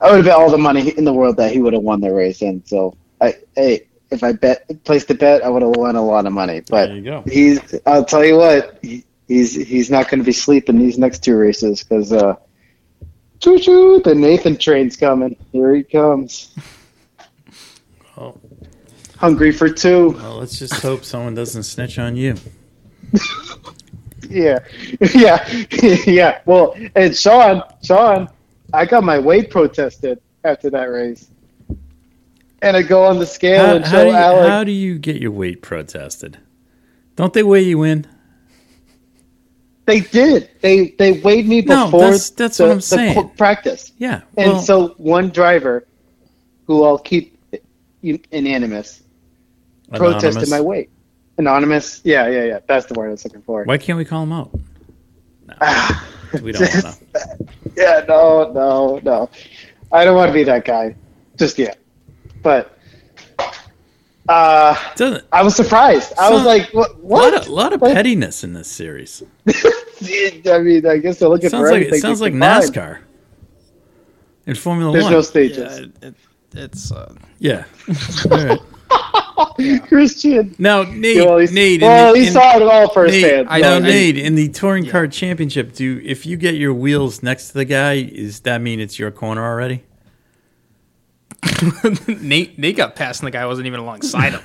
[SPEAKER 4] I would have bet all the money in the world that he would have won the race, and so I, hey, if I bet placed a bet, I would have won a lot of money.
[SPEAKER 3] there
[SPEAKER 4] But
[SPEAKER 3] you go.
[SPEAKER 4] he's, I'll tell you what, he, he's he's not going to be sleeping these next two races because. Uh, Choo choo! The Nathan train's coming. Here he comes.
[SPEAKER 3] Oh,
[SPEAKER 4] Hungry for two.
[SPEAKER 3] well, let's just hope someone doesn't snitch on you.
[SPEAKER 4] Yeah, yeah, yeah. Well, and Sean, Sean, I got my weight protested after that race, and I go on the scale
[SPEAKER 3] How,
[SPEAKER 4] and
[SPEAKER 3] how,
[SPEAKER 4] show
[SPEAKER 3] do you,
[SPEAKER 4] Alec.
[SPEAKER 3] how do you get your weight protested? Don't they weigh you in?
[SPEAKER 4] they did. They they weighed me
[SPEAKER 3] No,
[SPEAKER 4] before.
[SPEAKER 3] that's- that's
[SPEAKER 4] the-
[SPEAKER 3] what I'm
[SPEAKER 4] the
[SPEAKER 3] saying.
[SPEAKER 4] qu- practice,
[SPEAKER 3] Yeah.
[SPEAKER 4] and
[SPEAKER 3] well,
[SPEAKER 4] so one driver, who I'll keep in- anonymous, protested
[SPEAKER 3] anonymous.
[SPEAKER 4] my weight. Anonymous. Yeah, yeah, yeah. That's the word I was looking for. Ah.
[SPEAKER 3] Why can't we call him out? No, we don't want to.
[SPEAKER 4] Yeah, no, no, no. I don't want to be that guy just yet. But uh,
[SPEAKER 3] Doesn't
[SPEAKER 4] I was surprised. I was
[SPEAKER 3] So-
[SPEAKER 4] like, what?
[SPEAKER 3] a lot
[SPEAKER 4] what?
[SPEAKER 3] of, lot of
[SPEAKER 4] What?
[SPEAKER 3] pettiness in this series.
[SPEAKER 4] I mean, I guess they're looking
[SPEAKER 3] sounds
[SPEAKER 4] for
[SPEAKER 3] like
[SPEAKER 4] everything
[SPEAKER 3] it sounds
[SPEAKER 4] they
[SPEAKER 3] like
[SPEAKER 4] can find.
[SPEAKER 3] NASCAR in Formula
[SPEAKER 4] There's
[SPEAKER 3] One.
[SPEAKER 4] no
[SPEAKER 1] Yeah,
[SPEAKER 4] stages.
[SPEAKER 1] it, it, it's uh,
[SPEAKER 3] yeah. All right.
[SPEAKER 4] Christian.
[SPEAKER 3] Now, Nate,
[SPEAKER 4] Well, he's-
[SPEAKER 3] Nate,
[SPEAKER 4] well,
[SPEAKER 3] in the,
[SPEAKER 4] he
[SPEAKER 3] in-
[SPEAKER 4] saw it all
[SPEAKER 3] Nate,
[SPEAKER 4] firsthand.
[SPEAKER 3] I
[SPEAKER 1] know,
[SPEAKER 3] know,
[SPEAKER 1] I-
[SPEAKER 3] Nate, in the touring car championship, do if you get your wheels next to the guy, is that mean it's your corner already?
[SPEAKER 1] Nate. Nate got past, and the guy wasn't even alongside him.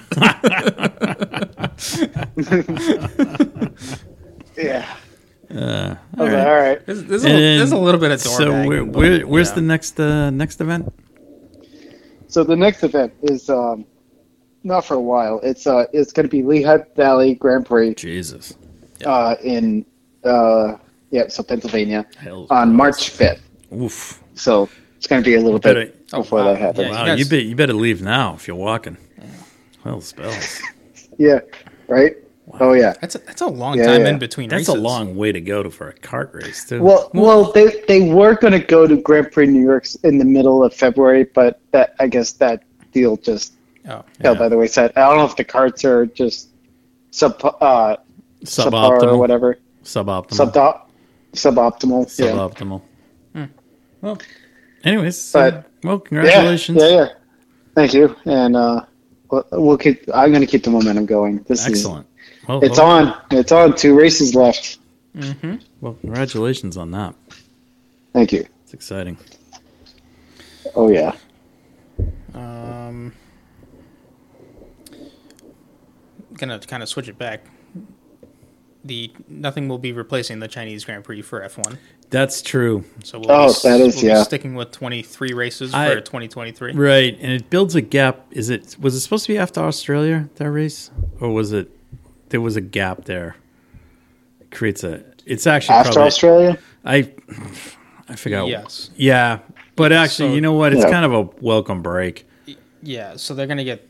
[SPEAKER 3] Uh,
[SPEAKER 4] Yeah.
[SPEAKER 3] Uh,
[SPEAKER 4] I
[SPEAKER 3] all
[SPEAKER 4] was
[SPEAKER 3] right.
[SPEAKER 4] like, all right.
[SPEAKER 1] There's, there's, a, little-
[SPEAKER 3] And
[SPEAKER 1] there's a little bit of door
[SPEAKER 3] So
[SPEAKER 1] banging,
[SPEAKER 3] where,
[SPEAKER 1] but,
[SPEAKER 3] where, where's
[SPEAKER 1] yeah.
[SPEAKER 3] the next uh, next event?
[SPEAKER 4] So the next event is um, not for a while. It's uh, it's going to be Lehigh Valley Grand Prix
[SPEAKER 3] Jesus,
[SPEAKER 4] uh, in uh, yeah, so Pennsylvania
[SPEAKER 3] hell,
[SPEAKER 4] on March fifth.
[SPEAKER 3] Oof.
[SPEAKER 4] So it's going to be a little
[SPEAKER 3] Better-
[SPEAKER 4] bit before
[SPEAKER 1] wow.
[SPEAKER 4] that happens.
[SPEAKER 1] Yeah,
[SPEAKER 3] Wow,
[SPEAKER 1] you guys-
[SPEAKER 3] you, be, you better leave now if you're walking. Well, spells.
[SPEAKER 4] Yeah. Right? Oh, yeah.
[SPEAKER 1] That's a, that's a long
[SPEAKER 4] Yeah,
[SPEAKER 1] time
[SPEAKER 4] yeah.
[SPEAKER 1] in between.
[SPEAKER 3] That's a
[SPEAKER 1] races.
[SPEAKER 3] long way to go to for a cart race, too.
[SPEAKER 4] Well, well, they, they were going to go to Grand Prix New York's in the middle of February, but that I guess that deal just
[SPEAKER 1] Oh,
[SPEAKER 4] fell by the wayside. I don't know if the carts are just sub uh, subpar or
[SPEAKER 3] suboptimal,
[SPEAKER 4] whatever,
[SPEAKER 3] suboptimal,
[SPEAKER 4] subdop, suboptimal. Yeah.
[SPEAKER 3] suboptimal. Well, anyways, so-
[SPEAKER 4] But-
[SPEAKER 3] well,
[SPEAKER 4] yeah,
[SPEAKER 3] congratulations.
[SPEAKER 4] yeah, yeah. Thank you, and uh, we'll, we'll keep. I'm going to keep the momentum going. This
[SPEAKER 3] Excellent. Well,
[SPEAKER 4] is it's
[SPEAKER 3] well,
[SPEAKER 4] on. It's on. Two races left.
[SPEAKER 1] Mm-hmm.
[SPEAKER 3] well, congratulations on that.
[SPEAKER 4] Thank you.
[SPEAKER 3] It's exciting.
[SPEAKER 4] Oh yeah.
[SPEAKER 1] Um, gonna kind of switch it back. The nothing will be replacing the Chinese Grand Prix for F one,
[SPEAKER 3] That's true.
[SPEAKER 1] so we'll
[SPEAKER 4] Oh,
[SPEAKER 1] be, s-
[SPEAKER 4] that is-
[SPEAKER 1] we'll be
[SPEAKER 4] yeah.
[SPEAKER 1] sticking with twenty three races
[SPEAKER 3] I-
[SPEAKER 1] for twenty twenty three.
[SPEAKER 3] Right, and it builds a gap. Is it was it supposed to be after Australia that race, or was it there was a gap there? It creates a. It's actually
[SPEAKER 4] After
[SPEAKER 3] probably,
[SPEAKER 4] Australia.
[SPEAKER 3] I I forgot.
[SPEAKER 1] Yes.
[SPEAKER 3] Yeah, but actually,
[SPEAKER 1] So-
[SPEAKER 3] you know what? It's
[SPEAKER 4] Yeah.
[SPEAKER 3] kind of a welcome break.
[SPEAKER 1] Yeah, so they're gonna get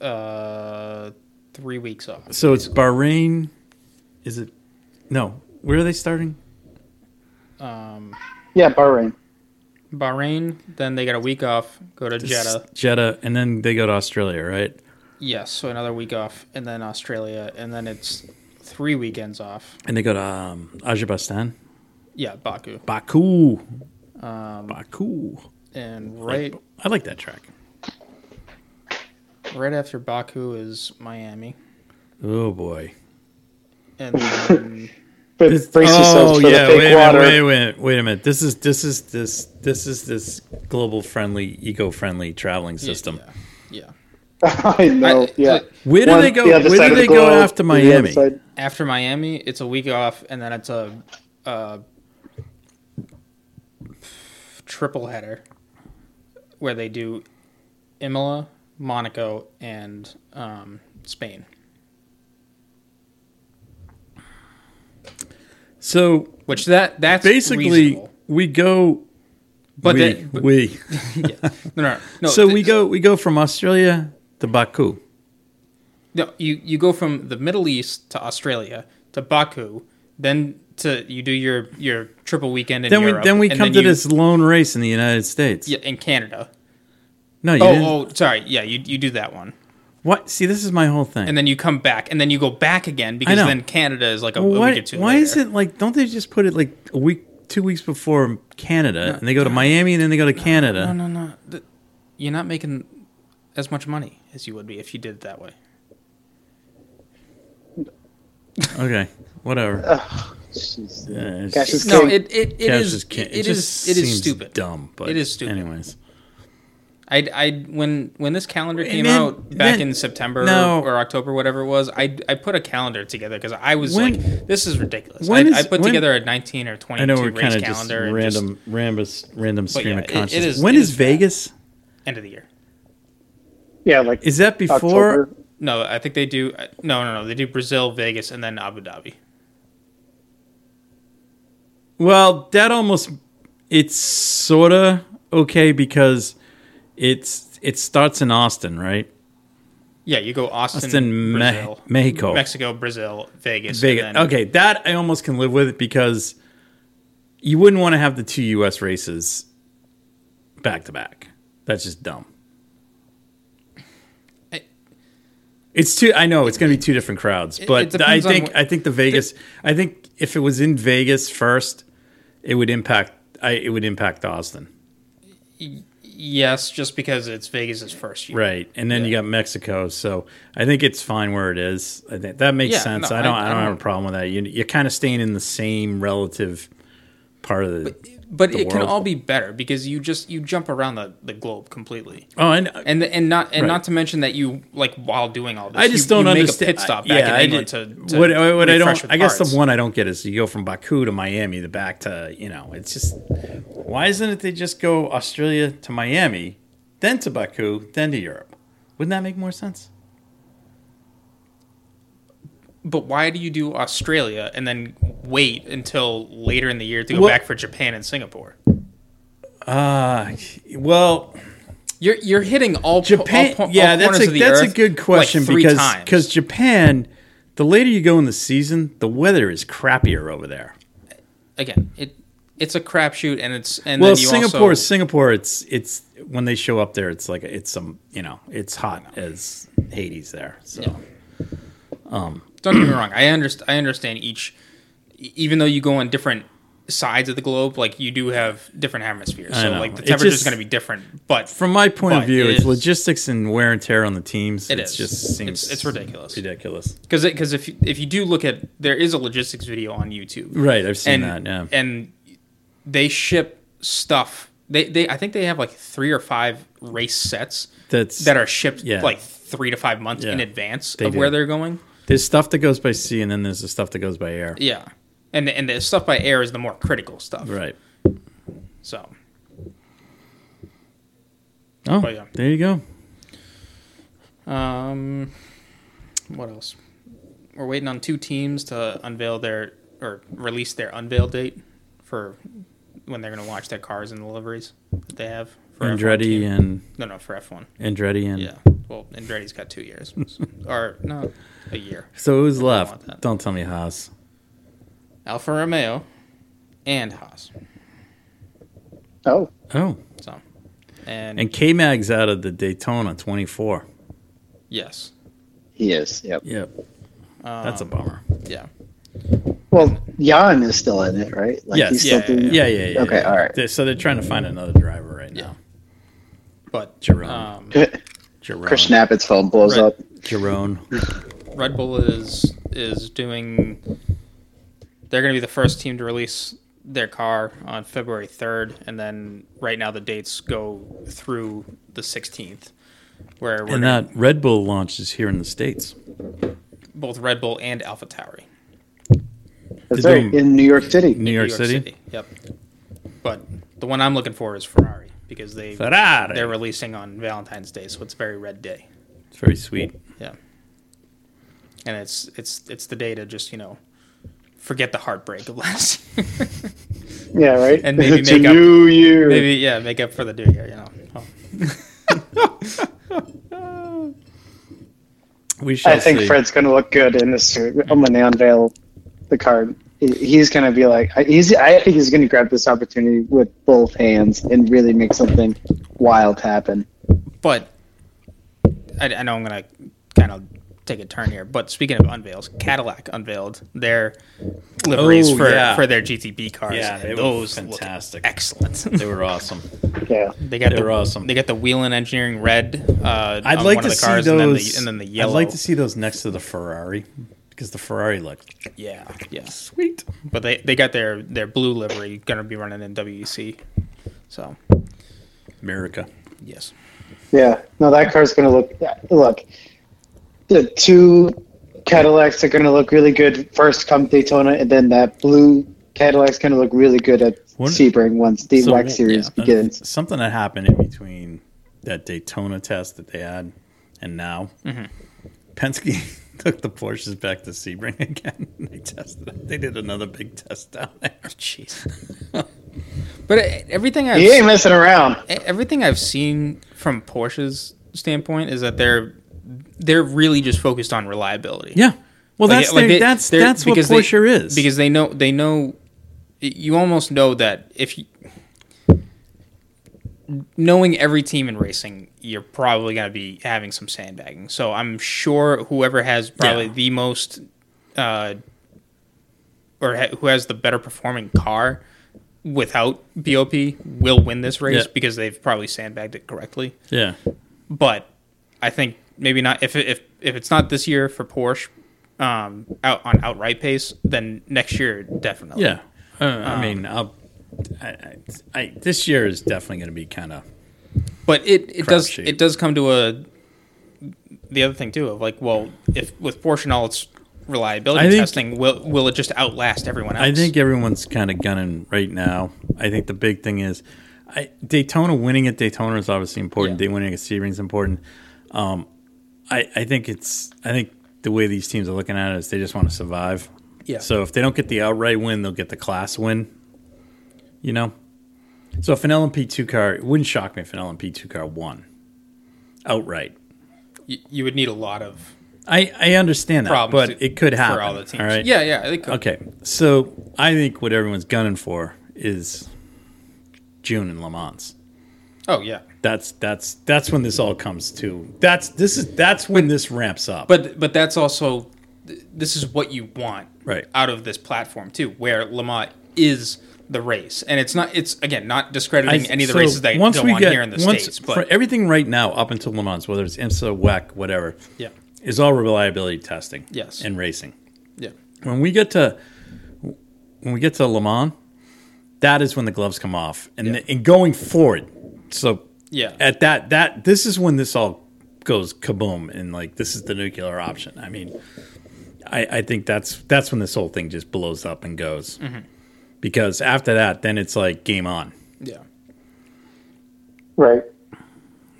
[SPEAKER 1] uh three weeks off.
[SPEAKER 3] So it's Bahrain. Is it? No. Where are they starting?
[SPEAKER 1] Um,
[SPEAKER 4] Yeah, Bahrain.
[SPEAKER 1] Bahrain, then they got a week off. Go to Jeddah.
[SPEAKER 3] S- Jeddah, and then they go to Australia, right?
[SPEAKER 1] Yes, so another week off, and then Australia, and then it's three weekends off.
[SPEAKER 3] And they go to um, Azerbaijan,
[SPEAKER 1] Yeah, Baku,
[SPEAKER 3] Baku, Um, Baku.
[SPEAKER 1] and right
[SPEAKER 3] I like that track.
[SPEAKER 1] right after Baku is Miami,
[SPEAKER 3] Oh boy.
[SPEAKER 1] and then,
[SPEAKER 4] But
[SPEAKER 3] This-
[SPEAKER 4] brace yourselves for the
[SPEAKER 3] Oh, wait
[SPEAKER 4] fake
[SPEAKER 3] a
[SPEAKER 4] water.
[SPEAKER 3] minute, wait a minute, wait a minute. This is this is this this is this global friendly, eco friendly traveling system.
[SPEAKER 1] Yeah, yeah.
[SPEAKER 4] I know.
[SPEAKER 1] I-
[SPEAKER 4] yeah.
[SPEAKER 1] look,
[SPEAKER 3] Where do
[SPEAKER 4] One-
[SPEAKER 3] they go?
[SPEAKER 4] the other
[SPEAKER 3] Where
[SPEAKER 4] side
[SPEAKER 3] do
[SPEAKER 4] of the
[SPEAKER 3] they go
[SPEAKER 4] globe,
[SPEAKER 3] after
[SPEAKER 4] the other
[SPEAKER 3] Miami?
[SPEAKER 4] side.
[SPEAKER 1] After Miami, it's a week off, and then it's a uh, triple header where they do Imola, Monaco, and um, Spain.
[SPEAKER 3] So
[SPEAKER 1] Which that that's
[SPEAKER 3] basically,
[SPEAKER 1] reasonable.
[SPEAKER 3] we go.
[SPEAKER 1] But
[SPEAKER 3] we,
[SPEAKER 1] that- but-
[SPEAKER 3] we.
[SPEAKER 1] no, no, no.
[SPEAKER 3] so
[SPEAKER 1] th-
[SPEAKER 3] we go. We go from Australia to Baku.
[SPEAKER 1] No, you you go from the Middle East to Australia to Baku, then to you do your your triple weekend in
[SPEAKER 3] Then
[SPEAKER 1] Europe.
[SPEAKER 3] we then we
[SPEAKER 1] and
[SPEAKER 3] come to
[SPEAKER 1] you-
[SPEAKER 3] this lone race in the United States.
[SPEAKER 1] yeah, in Canada.
[SPEAKER 3] No, you didn't.
[SPEAKER 1] Oh, oh, sorry. Yeah, you you do that one,
[SPEAKER 3] What? See, this is my whole thing.
[SPEAKER 1] and then you come back, and then you go back again because
[SPEAKER 3] know.
[SPEAKER 1] then Canada is like a,
[SPEAKER 3] Well,
[SPEAKER 1] a
[SPEAKER 3] why,
[SPEAKER 1] week or two.
[SPEAKER 3] why
[SPEAKER 1] later.
[SPEAKER 3] is it like don't they just put it like a week two weeks before canada and they go to miami and then they go to canada
[SPEAKER 1] No, no, no. Th- You're not making as much money as you would be if you did it that way.
[SPEAKER 3] okay whatever
[SPEAKER 4] Jeez.
[SPEAKER 3] Uh, it's-
[SPEAKER 4] Uh, Cash is
[SPEAKER 1] No,
[SPEAKER 4] king.
[SPEAKER 1] it it, it
[SPEAKER 3] Cash
[SPEAKER 1] is
[SPEAKER 3] is king.
[SPEAKER 1] it
[SPEAKER 3] just
[SPEAKER 1] is it is
[SPEAKER 3] seems
[SPEAKER 1] stupid.
[SPEAKER 3] dumb but
[SPEAKER 1] It is stupid.
[SPEAKER 3] anyways
[SPEAKER 1] I, I when when this calendar came
[SPEAKER 3] then-
[SPEAKER 1] out back
[SPEAKER 3] then-
[SPEAKER 1] in September
[SPEAKER 3] no.
[SPEAKER 1] or October, whatever it was, I, I put a calendar together because I was
[SPEAKER 3] When-
[SPEAKER 1] like, this is ridiculous.
[SPEAKER 3] when
[SPEAKER 1] I,
[SPEAKER 3] is-
[SPEAKER 1] I put
[SPEAKER 3] when-
[SPEAKER 1] together a 19 or 22
[SPEAKER 3] i know we're
[SPEAKER 1] race
[SPEAKER 3] kind of
[SPEAKER 1] calendar
[SPEAKER 3] just
[SPEAKER 1] and just
[SPEAKER 3] random rambus, random stream
[SPEAKER 1] yeah,
[SPEAKER 3] of
[SPEAKER 1] it- it
[SPEAKER 3] consciousness
[SPEAKER 1] is-
[SPEAKER 3] when
[SPEAKER 1] it
[SPEAKER 3] is,
[SPEAKER 1] is bad.
[SPEAKER 3] vegas
[SPEAKER 1] end of the year.
[SPEAKER 4] Yeah, like
[SPEAKER 3] is that before
[SPEAKER 4] October.
[SPEAKER 1] No, I think they do. uh, No, no, no. They do Brazil, Vegas, and then Abu Dhabi.
[SPEAKER 3] Well, that almost it's sorta okay because it's it starts in Austin, right?
[SPEAKER 1] Yeah, you go Austin,
[SPEAKER 3] Austin, Me-
[SPEAKER 1] Brazil,
[SPEAKER 3] Mexico.
[SPEAKER 1] Mexico, Brazil, Vegas.
[SPEAKER 3] Vegas.
[SPEAKER 1] and then-
[SPEAKER 3] okay, that I almost can live with because you wouldn't want to have the two U.S. races back to back. That's just dumb.
[SPEAKER 1] I-
[SPEAKER 3] It's two. I know it's going to be two different crowds, but I
[SPEAKER 1] depends on
[SPEAKER 3] think
[SPEAKER 1] wh-
[SPEAKER 3] I think the Vegas. I think if it was in Vegas first, it would impact. I it would impact Austin.
[SPEAKER 1] Yes, just because it's Vegas' first year.
[SPEAKER 3] Right, and then you got Mexico. So I think it's fine where it is. I think that makes
[SPEAKER 1] Yeah,
[SPEAKER 3] sense.
[SPEAKER 1] no,
[SPEAKER 3] I don't.
[SPEAKER 1] I- I
[SPEAKER 3] I, don't have a
[SPEAKER 1] don't-
[SPEAKER 3] problem with that. You, you're kind of staying in the same relative part of the.
[SPEAKER 1] But
[SPEAKER 3] the
[SPEAKER 1] it can
[SPEAKER 3] world.
[SPEAKER 1] all be better because you just you jump around the, the globe completely.
[SPEAKER 3] oh, and,
[SPEAKER 1] and and not and
[SPEAKER 3] Right.
[SPEAKER 1] not to mention that you like while doing all this,
[SPEAKER 3] I just
[SPEAKER 1] you,
[SPEAKER 3] don't
[SPEAKER 1] you
[SPEAKER 3] understand.
[SPEAKER 1] Make a pit stop
[SPEAKER 3] I-
[SPEAKER 1] back in
[SPEAKER 3] I
[SPEAKER 1] England
[SPEAKER 3] did-
[SPEAKER 1] to, to
[SPEAKER 3] what, what, I
[SPEAKER 1] refresh
[SPEAKER 3] don't.
[SPEAKER 1] with
[SPEAKER 3] I guess
[SPEAKER 1] parts.
[SPEAKER 3] the one I don't get is you go from Baku to Miami, the back to you know. It's just why isn't it they just go Australia to Miami, then to Baku, then to Europe? Wouldn't that make more sense?
[SPEAKER 1] But why do you do Australia and then wait until later in the year to go
[SPEAKER 3] Well-
[SPEAKER 1] back for Japan and Singapore?
[SPEAKER 3] Uh well,
[SPEAKER 1] You're you're hitting all po-
[SPEAKER 3] Japan.
[SPEAKER 1] all po-
[SPEAKER 3] yeah,
[SPEAKER 1] all
[SPEAKER 3] that's
[SPEAKER 1] corners
[SPEAKER 3] a,
[SPEAKER 1] of the
[SPEAKER 3] that's a
[SPEAKER 1] earth,
[SPEAKER 3] good question
[SPEAKER 1] like, three
[SPEAKER 3] because
[SPEAKER 1] times.
[SPEAKER 3] because Japan, the later you go in the season, the weather is crappier over there.
[SPEAKER 1] again it. It's a crapshoot, and it's and
[SPEAKER 3] Well,
[SPEAKER 1] then you
[SPEAKER 3] Singapore,
[SPEAKER 1] also,
[SPEAKER 3] Singapore, it's it's when they show up there, it's like it's some you know it's hot as Hades there. So
[SPEAKER 1] don't get me wrong. I understand. I understand each, e- even though you go on different sides of the globe, like you do have different hemispheres.
[SPEAKER 3] I
[SPEAKER 1] So
[SPEAKER 3] know.
[SPEAKER 1] like the
[SPEAKER 3] It
[SPEAKER 1] temperature is
[SPEAKER 3] just-
[SPEAKER 1] going to be different. But
[SPEAKER 3] from my point of
[SPEAKER 1] But
[SPEAKER 3] view,
[SPEAKER 1] it
[SPEAKER 3] it's
[SPEAKER 1] is-
[SPEAKER 3] logistics and wear and tear on the teams.
[SPEAKER 1] It
[SPEAKER 3] It
[SPEAKER 1] is.
[SPEAKER 3] just seems
[SPEAKER 1] It's- it's ridiculous.
[SPEAKER 3] Ridiculous.
[SPEAKER 1] because because if you- if you do look at there is a logistics video on YouTube,
[SPEAKER 3] Right, I've seen
[SPEAKER 1] and
[SPEAKER 3] that. Yeah.
[SPEAKER 1] and they ship stuff. They they I think they have like three or five race sets
[SPEAKER 3] That's
[SPEAKER 1] that are shipped
[SPEAKER 3] yeah.
[SPEAKER 1] like three to five months
[SPEAKER 3] Yeah.
[SPEAKER 1] in advance
[SPEAKER 3] They
[SPEAKER 1] of where
[SPEAKER 3] do.
[SPEAKER 1] they're going.
[SPEAKER 3] there's stuff that goes by sea, and then there's the stuff that goes by air.
[SPEAKER 1] Yeah, and and the stuff by air is the more critical stuff.
[SPEAKER 3] Right.
[SPEAKER 1] So
[SPEAKER 3] Oh,
[SPEAKER 1] But yeah.
[SPEAKER 3] there you go.
[SPEAKER 1] um, what else? We're waiting on two teams to unveil their or release their unveil date for when they're going to launch their cars and liveries that they have. For F1
[SPEAKER 3] Andretti
[SPEAKER 1] team.
[SPEAKER 3] and
[SPEAKER 1] no no for F one.
[SPEAKER 3] Andretti and
[SPEAKER 1] Yeah. Well, Andretti's got two years, so- or no, a year.
[SPEAKER 3] So who's left?
[SPEAKER 1] want that.
[SPEAKER 3] Don't tell me Haas.
[SPEAKER 1] Alfa Romeo and Haas.
[SPEAKER 4] Oh,
[SPEAKER 3] Oh,
[SPEAKER 1] So, and,
[SPEAKER 3] and K Mag's out of the Daytona 24.
[SPEAKER 1] yes,
[SPEAKER 4] he is. Yep.
[SPEAKER 3] Yep, that's
[SPEAKER 1] Um,
[SPEAKER 3] a bummer.
[SPEAKER 1] yeah.
[SPEAKER 4] Well, Jan is still in it, right? Like
[SPEAKER 3] Yes.
[SPEAKER 4] he's
[SPEAKER 1] Yeah,
[SPEAKER 4] still doing-
[SPEAKER 3] Yeah, yeah, yeah.
[SPEAKER 4] Okay,
[SPEAKER 3] yeah.
[SPEAKER 4] all right.
[SPEAKER 3] They're- so they're trying to find another driver right now.
[SPEAKER 1] But
[SPEAKER 3] Jerome.
[SPEAKER 1] um,
[SPEAKER 3] Jerome.
[SPEAKER 4] Chris Nappett's phone blows
[SPEAKER 1] Right.
[SPEAKER 4] up.
[SPEAKER 3] Jerome.
[SPEAKER 1] Red Bull is is doing. They're going to be the first team to release their car on February third, and then right now the dates go through the sixteenth. where we're
[SPEAKER 3] And
[SPEAKER 1] gonna-
[SPEAKER 3] that Red Bull launch is here in the States.
[SPEAKER 1] both Red Bull and AlphaTauri,
[SPEAKER 4] That's
[SPEAKER 3] They're
[SPEAKER 4] right,
[SPEAKER 3] doing-
[SPEAKER 4] in New York City.
[SPEAKER 3] New York, City.
[SPEAKER 1] Yep. But the one I'm looking for is Ferrari because they
[SPEAKER 3] Ferrari.
[SPEAKER 1] they're releasing on Valentine's Day, so it's very red day.
[SPEAKER 3] It's very sweet.
[SPEAKER 1] Yeah. And it's it's it's the day to just you know forget the heartbreak of last year.
[SPEAKER 3] Mm-hmm.
[SPEAKER 4] Yeah, right.
[SPEAKER 1] And maybe
[SPEAKER 4] it's
[SPEAKER 1] make
[SPEAKER 4] a
[SPEAKER 1] up-
[SPEAKER 4] new year.
[SPEAKER 1] maybe yeah make up for the new year you know. Oh,
[SPEAKER 3] We shall
[SPEAKER 4] I think
[SPEAKER 3] see.
[SPEAKER 4] Fred's going to look good in this suit I'm when they unveil the card. He- He's going to be like, I- he's. I think he's going to grab this opportunity with both hands and really make something wild happen.
[SPEAKER 1] But I, I know I'm gonna kind of take a turn here. But speaking of unveils, Cadillac unveiled their liveries
[SPEAKER 3] Oh,
[SPEAKER 1] for
[SPEAKER 3] yeah.
[SPEAKER 1] for their GTB cars.
[SPEAKER 3] Yeah,
[SPEAKER 1] and
[SPEAKER 3] they were
[SPEAKER 1] those look
[SPEAKER 3] fantastic.
[SPEAKER 1] excellent.
[SPEAKER 3] They were awesome.
[SPEAKER 4] Yeah,
[SPEAKER 1] They got
[SPEAKER 3] They
[SPEAKER 1] the
[SPEAKER 3] were awesome.
[SPEAKER 1] They got the wheel and engineering red. Uh,
[SPEAKER 3] I'd
[SPEAKER 1] on
[SPEAKER 3] like
[SPEAKER 1] one
[SPEAKER 3] to
[SPEAKER 1] of the
[SPEAKER 3] see
[SPEAKER 1] cars,
[SPEAKER 3] those.
[SPEAKER 1] and then, the, and then the yellow.
[SPEAKER 3] I'd like to see those next to the Ferrari because the Ferrari looked
[SPEAKER 1] Yeah, yes.
[SPEAKER 3] sweet.
[SPEAKER 1] But they, they got their their blue livery going to be running in WEC. So
[SPEAKER 3] America.
[SPEAKER 1] yes,
[SPEAKER 4] yeah. No, that car's going to look. yeah, Look, the two Cadillacs are going to look really good. First come Daytona, and then that blue Cadillac's going to look really good at
[SPEAKER 3] One-
[SPEAKER 4] Sebring once the
[SPEAKER 3] So,
[SPEAKER 4] WEC series
[SPEAKER 3] yeah,
[SPEAKER 4] begins.
[SPEAKER 3] uh, Something that happened in between that Daytona test that they had and now. Penske took the Porsches back to Sebring again. they tested. It. They did another big test down there.
[SPEAKER 1] jeez.
[SPEAKER 3] uh,
[SPEAKER 1] but eh, everything I've
[SPEAKER 4] He ain't messing around.
[SPEAKER 1] eh, everything I've seen from Porsche's standpoint is that they're they're really just focused on reliability.
[SPEAKER 3] Yeah. Well,
[SPEAKER 1] Like,
[SPEAKER 3] that's
[SPEAKER 1] like
[SPEAKER 3] their,
[SPEAKER 1] they-
[SPEAKER 3] that's
[SPEAKER 1] they're-
[SPEAKER 3] that's what
[SPEAKER 1] because they-
[SPEAKER 3] Porsche is.
[SPEAKER 1] because they know they know you almost know that if you knowing every team in racing you're probably going to be having some sandbagging so i'm sure whoever has probably
[SPEAKER 3] Yeah.
[SPEAKER 1] the most uh, or ha- who has the better performing car without bop will win this race
[SPEAKER 3] Yeah.
[SPEAKER 1] because they've probably sandbagged it correctly
[SPEAKER 3] yeah.
[SPEAKER 1] but I think maybe not if if if it's not this year for Porsche um out on outright pace then next year definitely
[SPEAKER 3] Yeah, uh, I mean, I'll, I, I, I, this year is definitely going to be kind of
[SPEAKER 1] but it it does
[SPEAKER 3] Crapshoot.
[SPEAKER 1] it does come to a the other thing too of like well if with Porsche and all its reliability
[SPEAKER 3] I think-
[SPEAKER 1] testing will will it just outlast everyone else
[SPEAKER 3] I think everyone's kind of gunning right now. I think the big thing is I, Daytona winning at Daytona is obviously important. They winning at Sebring is important. Um, I, I think it's I think the way these teams are looking at it is they just want to survive.
[SPEAKER 1] Yeah.
[SPEAKER 3] So if they don't get the outright win, they'll get the class win. You know. So if an LMP two car, it wouldn't shock me if an LMP two car won outright.
[SPEAKER 1] you, you would need a lot of
[SPEAKER 3] I, I understand that,
[SPEAKER 1] problems
[SPEAKER 3] but
[SPEAKER 1] to-
[SPEAKER 3] it could happen.
[SPEAKER 1] for all the teams
[SPEAKER 3] All right.
[SPEAKER 1] yeah yeah I think
[SPEAKER 3] Okay, so I think what everyone's gunning for is June in Le Mans.
[SPEAKER 1] oh yeah
[SPEAKER 3] That's that's that's when this all comes to. That's this is that's when this ramps up.
[SPEAKER 1] but but that's also th- this is what you want
[SPEAKER 3] Right.
[SPEAKER 1] out of this platform too where Lamont is the race and it's not it's again not discrediting any of the
[SPEAKER 3] so
[SPEAKER 1] races that
[SPEAKER 3] once
[SPEAKER 1] go
[SPEAKER 3] we
[SPEAKER 1] on
[SPEAKER 3] get-
[SPEAKER 1] here in the
[SPEAKER 3] once-
[SPEAKER 1] states but
[SPEAKER 3] for everything right now up until Le Mans, whether it's IMSA, WEC, whatever,
[SPEAKER 1] yeah
[SPEAKER 3] is all reliability testing.
[SPEAKER 1] Yes.
[SPEAKER 3] and racing.
[SPEAKER 1] yeah
[SPEAKER 3] when we get to when we get to Le Mans, that is when the gloves come off, and and going forward. So
[SPEAKER 1] Yeah.
[SPEAKER 3] at that that this is when this all goes kaboom, and like this is the nuclear option. I mean, I I think that's that's when this whole thing just blows up and goes,
[SPEAKER 1] Mm-hmm.
[SPEAKER 3] because after that, then it's like game on.
[SPEAKER 1] yeah
[SPEAKER 4] Right.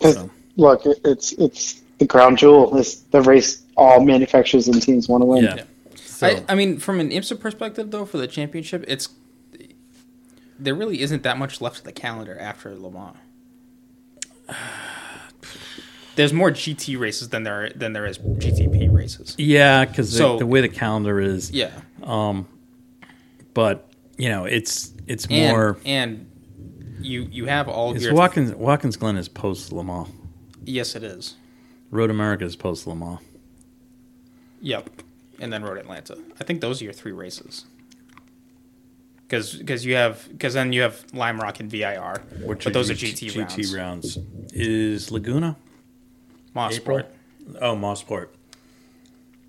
[SPEAKER 4] 'Cause,
[SPEAKER 3] So.
[SPEAKER 4] Look, it- it's it's the crown jewel. It's the race all manufacturers and teams want to win.
[SPEAKER 3] Yeah. So
[SPEAKER 1] I, I mean from an IMSA perspective though for the championship it's there really isn't that much left of the calendar after Lamont there's more GT races than there than there is GTP races
[SPEAKER 3] yeah, because
[SPEAKER 1] So-
[SPEAKER 3] the way the calendar is,
[SPEAKER 1] yeah
[SPEAKER 3] but you know, it's it's
[SPEAKER 1] and
[SPEAKER 3] more.
[SPEAKER 1] and you you have all of
[SPEAKER 3] It's
[SPEAKER 1] your
[SPEAKER 3] Watkins Watkins Glen is post Le Mans.
[SPEAKER 1] yes it is
[SPEAKER 3] Road America is post Le Mans.
[SPEAKER 1] Yep. And then Road Atlanta. I think those are your three races. Because you have because then you have Lime Rock and VIR, but those are GT, rounds.
[SPEAKER 3] GT rounds. Is Laguna?
[SPEAKER 1] Mossport.
[SPEAKER 3] Oh, Mossport.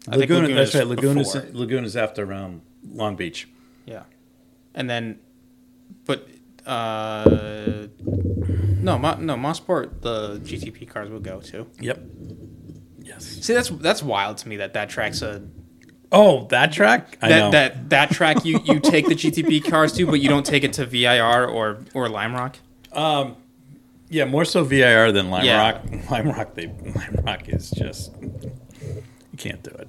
[SPEAKER 1] I think
[SPEAKER 3] Laguna, that's
[SPEAKER 1] Laguna's
[SPEAKER 3] right. Laguna's,
[SPEAKER 1] before.
[SPEAKER 3] Laguna's after around Long Beach.
[SPEAKER 1] Yeah, and then but uh, No, Mo- no, Mossport, the GTP cars will go too.
[SPEAKER 3] Yep. Yes.
[SPEAKER 1] See, that's that's wild to me that that track's a
[SPEAKER 3] Oh, that track. I know.
[SPEAKER 1] that that, that track you, you take the GTP cars to, but you don't take it to VIR or or Lime Rock.
[SPEAKER 3] Yeah, more so VIR than Lime
[SPEAKER 1] Yeah.
[SPEAKER 3] Rock. Lime Rock, they Lime Rock is just you can't do it.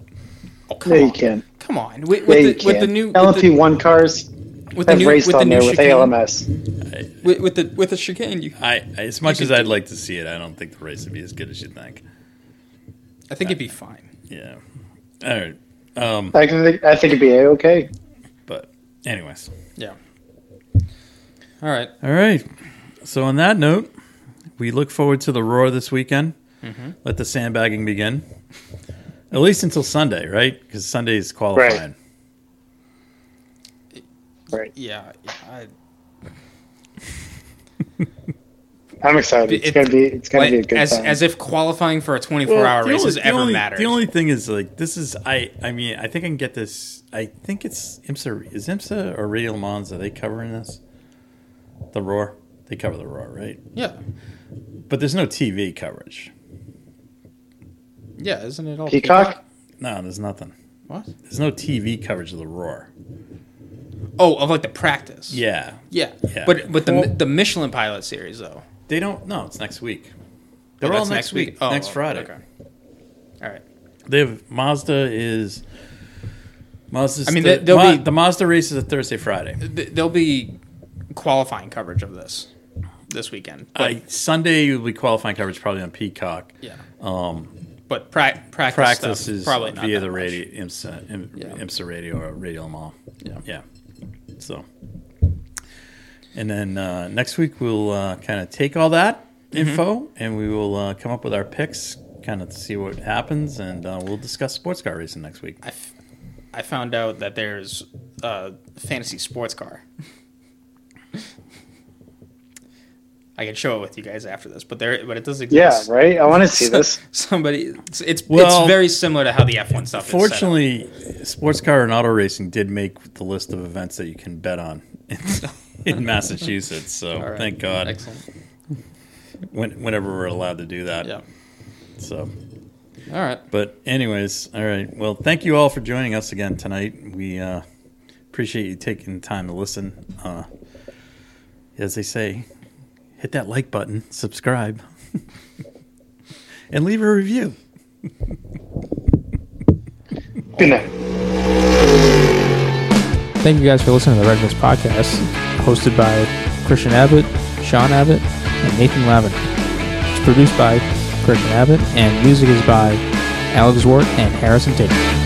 [SPEAKER 1] Oh, come
[SPEAKER 4] Yeah,
[SPEAKER 1] on.
[SPEAKER 4] you can.
[SPEAKER 1] Come on, with,
[SPEAKER 4] Yeah,
[SPEAKER 1] with,
[SPEAKER 4] you
[SPEAKER 1] the,
[SPEAKER 4] can.
[SPEAKER 1] with the new with the,
[SPEAKER 4] LMP1 cars
[SPEAKER 1] with the
[SPEAKER 4] have
[SPEAKER 1] new
[SPEAKER 4] raced
[SPEAKER 1] with the
[SPEAKER 4] on
[SPEAKER 1] new
[SPEAKER 4] there with
[SPEAKER 1] chicane,
[SPEAKER 4] ALMS.
[SPEAKER 1] With, with the with the chicane, you,
[SPEAKER 3] I, I as much as I'd like to see it, I don't think the race would be as good as you think.
[SPEAKER 1] I think it'd be fine.
[SPEAKER 3] Yeah. All right.
[SPEAKER 4] I think, I think it'd be A-okay.
[SPEAKER 3] But anyways.
[SPEAKER 1] Yeah. All right.
[SPEAKER 3] All right. So on that note, we look forward to the roar this weekend.
[SPEAKER 1] Mm-hmm.
[SPEAKER 3] Let the sandbagging begin. At least until Sunday, right? Because Sunday is qualifying.
[SPEAKER 4] Right. Right.
[SPEAKER 1] Yeah. I,
[SPEAKER 4] I'm excited. It's
[SPEAKER 1] It-
[SPEAKER 4] gonna be it's gonna
[SPEAKER 1] like,
[SPEAKER 4] be a good
[SPEAKER 1] as
[SPEAKER 4] time.
[SPEAKER 1] as if qualifying for a twenty four hour
[SPEAKER 3] the
[SPEAKER 1] race
[SPEAKER 3] only-
[SPEAKER 1] has
[SPEAKER 3] the
[SPEAKER 1] ever
[SPEAKER 3] only-
[SPEAKER 1] mattered.
[SPEAKER 3] The only thing is like this is I I mean I think I can get this I think it's IMSA is IMSA or Radio Le Mans are they covering this? The roar they cover the roar right?
[SPEAKER 1] yeah.
[SPEAKER 3] But there's no TV coverage.
[SPEAKER 1] Yeah. Isn't it all
[SPEAKER 4] Peacock?
[SPEAKER 3] No, there's nothing.
[SPEAKER 1] What?
[SPEAKER 3] There's no TV coverage of the roar.
[SPEAKER 1] Oh, of like the practice.
[SPEAKER 3] Yeah,
[SPEAKER 1] Yeah.
[SPEAKER 3] Yeah.
[SPEAKER 1] But but the
[SPEAKER 3] Well-
[SPEAKER 1] the Michelin pilot series though.
[SPEAKER 3] they don't. No, it's next week. They're
[SPEAKER 1] Oh,
[SPEAKER 3] all
[SPEAKER 1] that's
[SPEAKER 3] next, week.
[SPEAKER 1] Oh,
[SPEAKER 3] next Friday.
[SPEAKER 1] Okay. All right.
[SPEAKER 3] They have Mazda is. Mazda's
[SPEAKER 1] I mean,
[SPEAKER 3] the,
[SPEAKER 1] they- they'll
[SPEAKER 3] Ma-
[SPEAKER 1] be-
[SPEAKER 3] the Mazda race is a Thursday Friday.
[SPEAKER 1] Th- There'll be qualifying coverage of this this weekend. But,
[SPEAKER 3] I, Sunday will be qualifying coverage probably on Peacock.
[SPEAKER 1] yeah. Um. But pra- practice
[SPEAKER 3] practice
[SPEAKER 1] stuff,
[SPEAKER 3] is
[SPEAKER 1] probably not
[SPEAKER 3] via
[SPEAKER 1] that
[SPEAKER 3] the
[SPEAKER 1] much.
[SPEAKER 3] radio IMSA, im,
[SPEAKER 1] Yeah.
[SPEAKER 3] IMSA radio or radio mall.
[SPEAKER 1] Yeah.
[SPEAKER 3] Yeah. So, and then uh, next week we'll uh, kind of take all that
[SPEAKER 1] Mm-hmm.
[SPEAKER 3] info and we will uh, come up with our picks, kind of see what happens, and uh, we'll discuss sports car racing next week.
[SPEAKER 1] I, f- I found out that there's a fantasy sports car. I can show it with you guys after this, but there, but it does
[SPEAKER 4] Yeah,
[SPEAKER 1] exist.
[SPEAKER 4] right? I wanna see this.
[SPEAKER 1] Somebody, it's it's,
[SPEAKER 3] Well,
[SPEAKER 1] it's very similar to how the F one stuff. is set up.
[SPEAKER 3] Fortunately, sports car and auto racing did make the list of events that you can bet on in, in Massachusetts. So
[SPEAKER 1] All right.
[SPEAKER 3] thank God,
[SPEAKER 1] Excellent.
[SPEAKER 3] when, whenever we're allowed to do that.
[SPEAKER 1] Yeah.
[SPEAKER 3] So.
[SPEAKER 1] All right.
[SPEAKER 3] But anyways, all right. Well, thank you all for joining us again tonight. We uh, appreciate you taking the time to listen. Uh, as they say, hit that like button, subscribe, and leave a review.
[SPEAKER 4] Good night.
[SPEAKER 1] Thank you guys for listening to the Red Mist Podcast, hosted by Christian Abbott, Sean Abbott, and Nathan Lavender. It's produced by Christian Abbott, and music is by Alex Wart and Harrison Tate.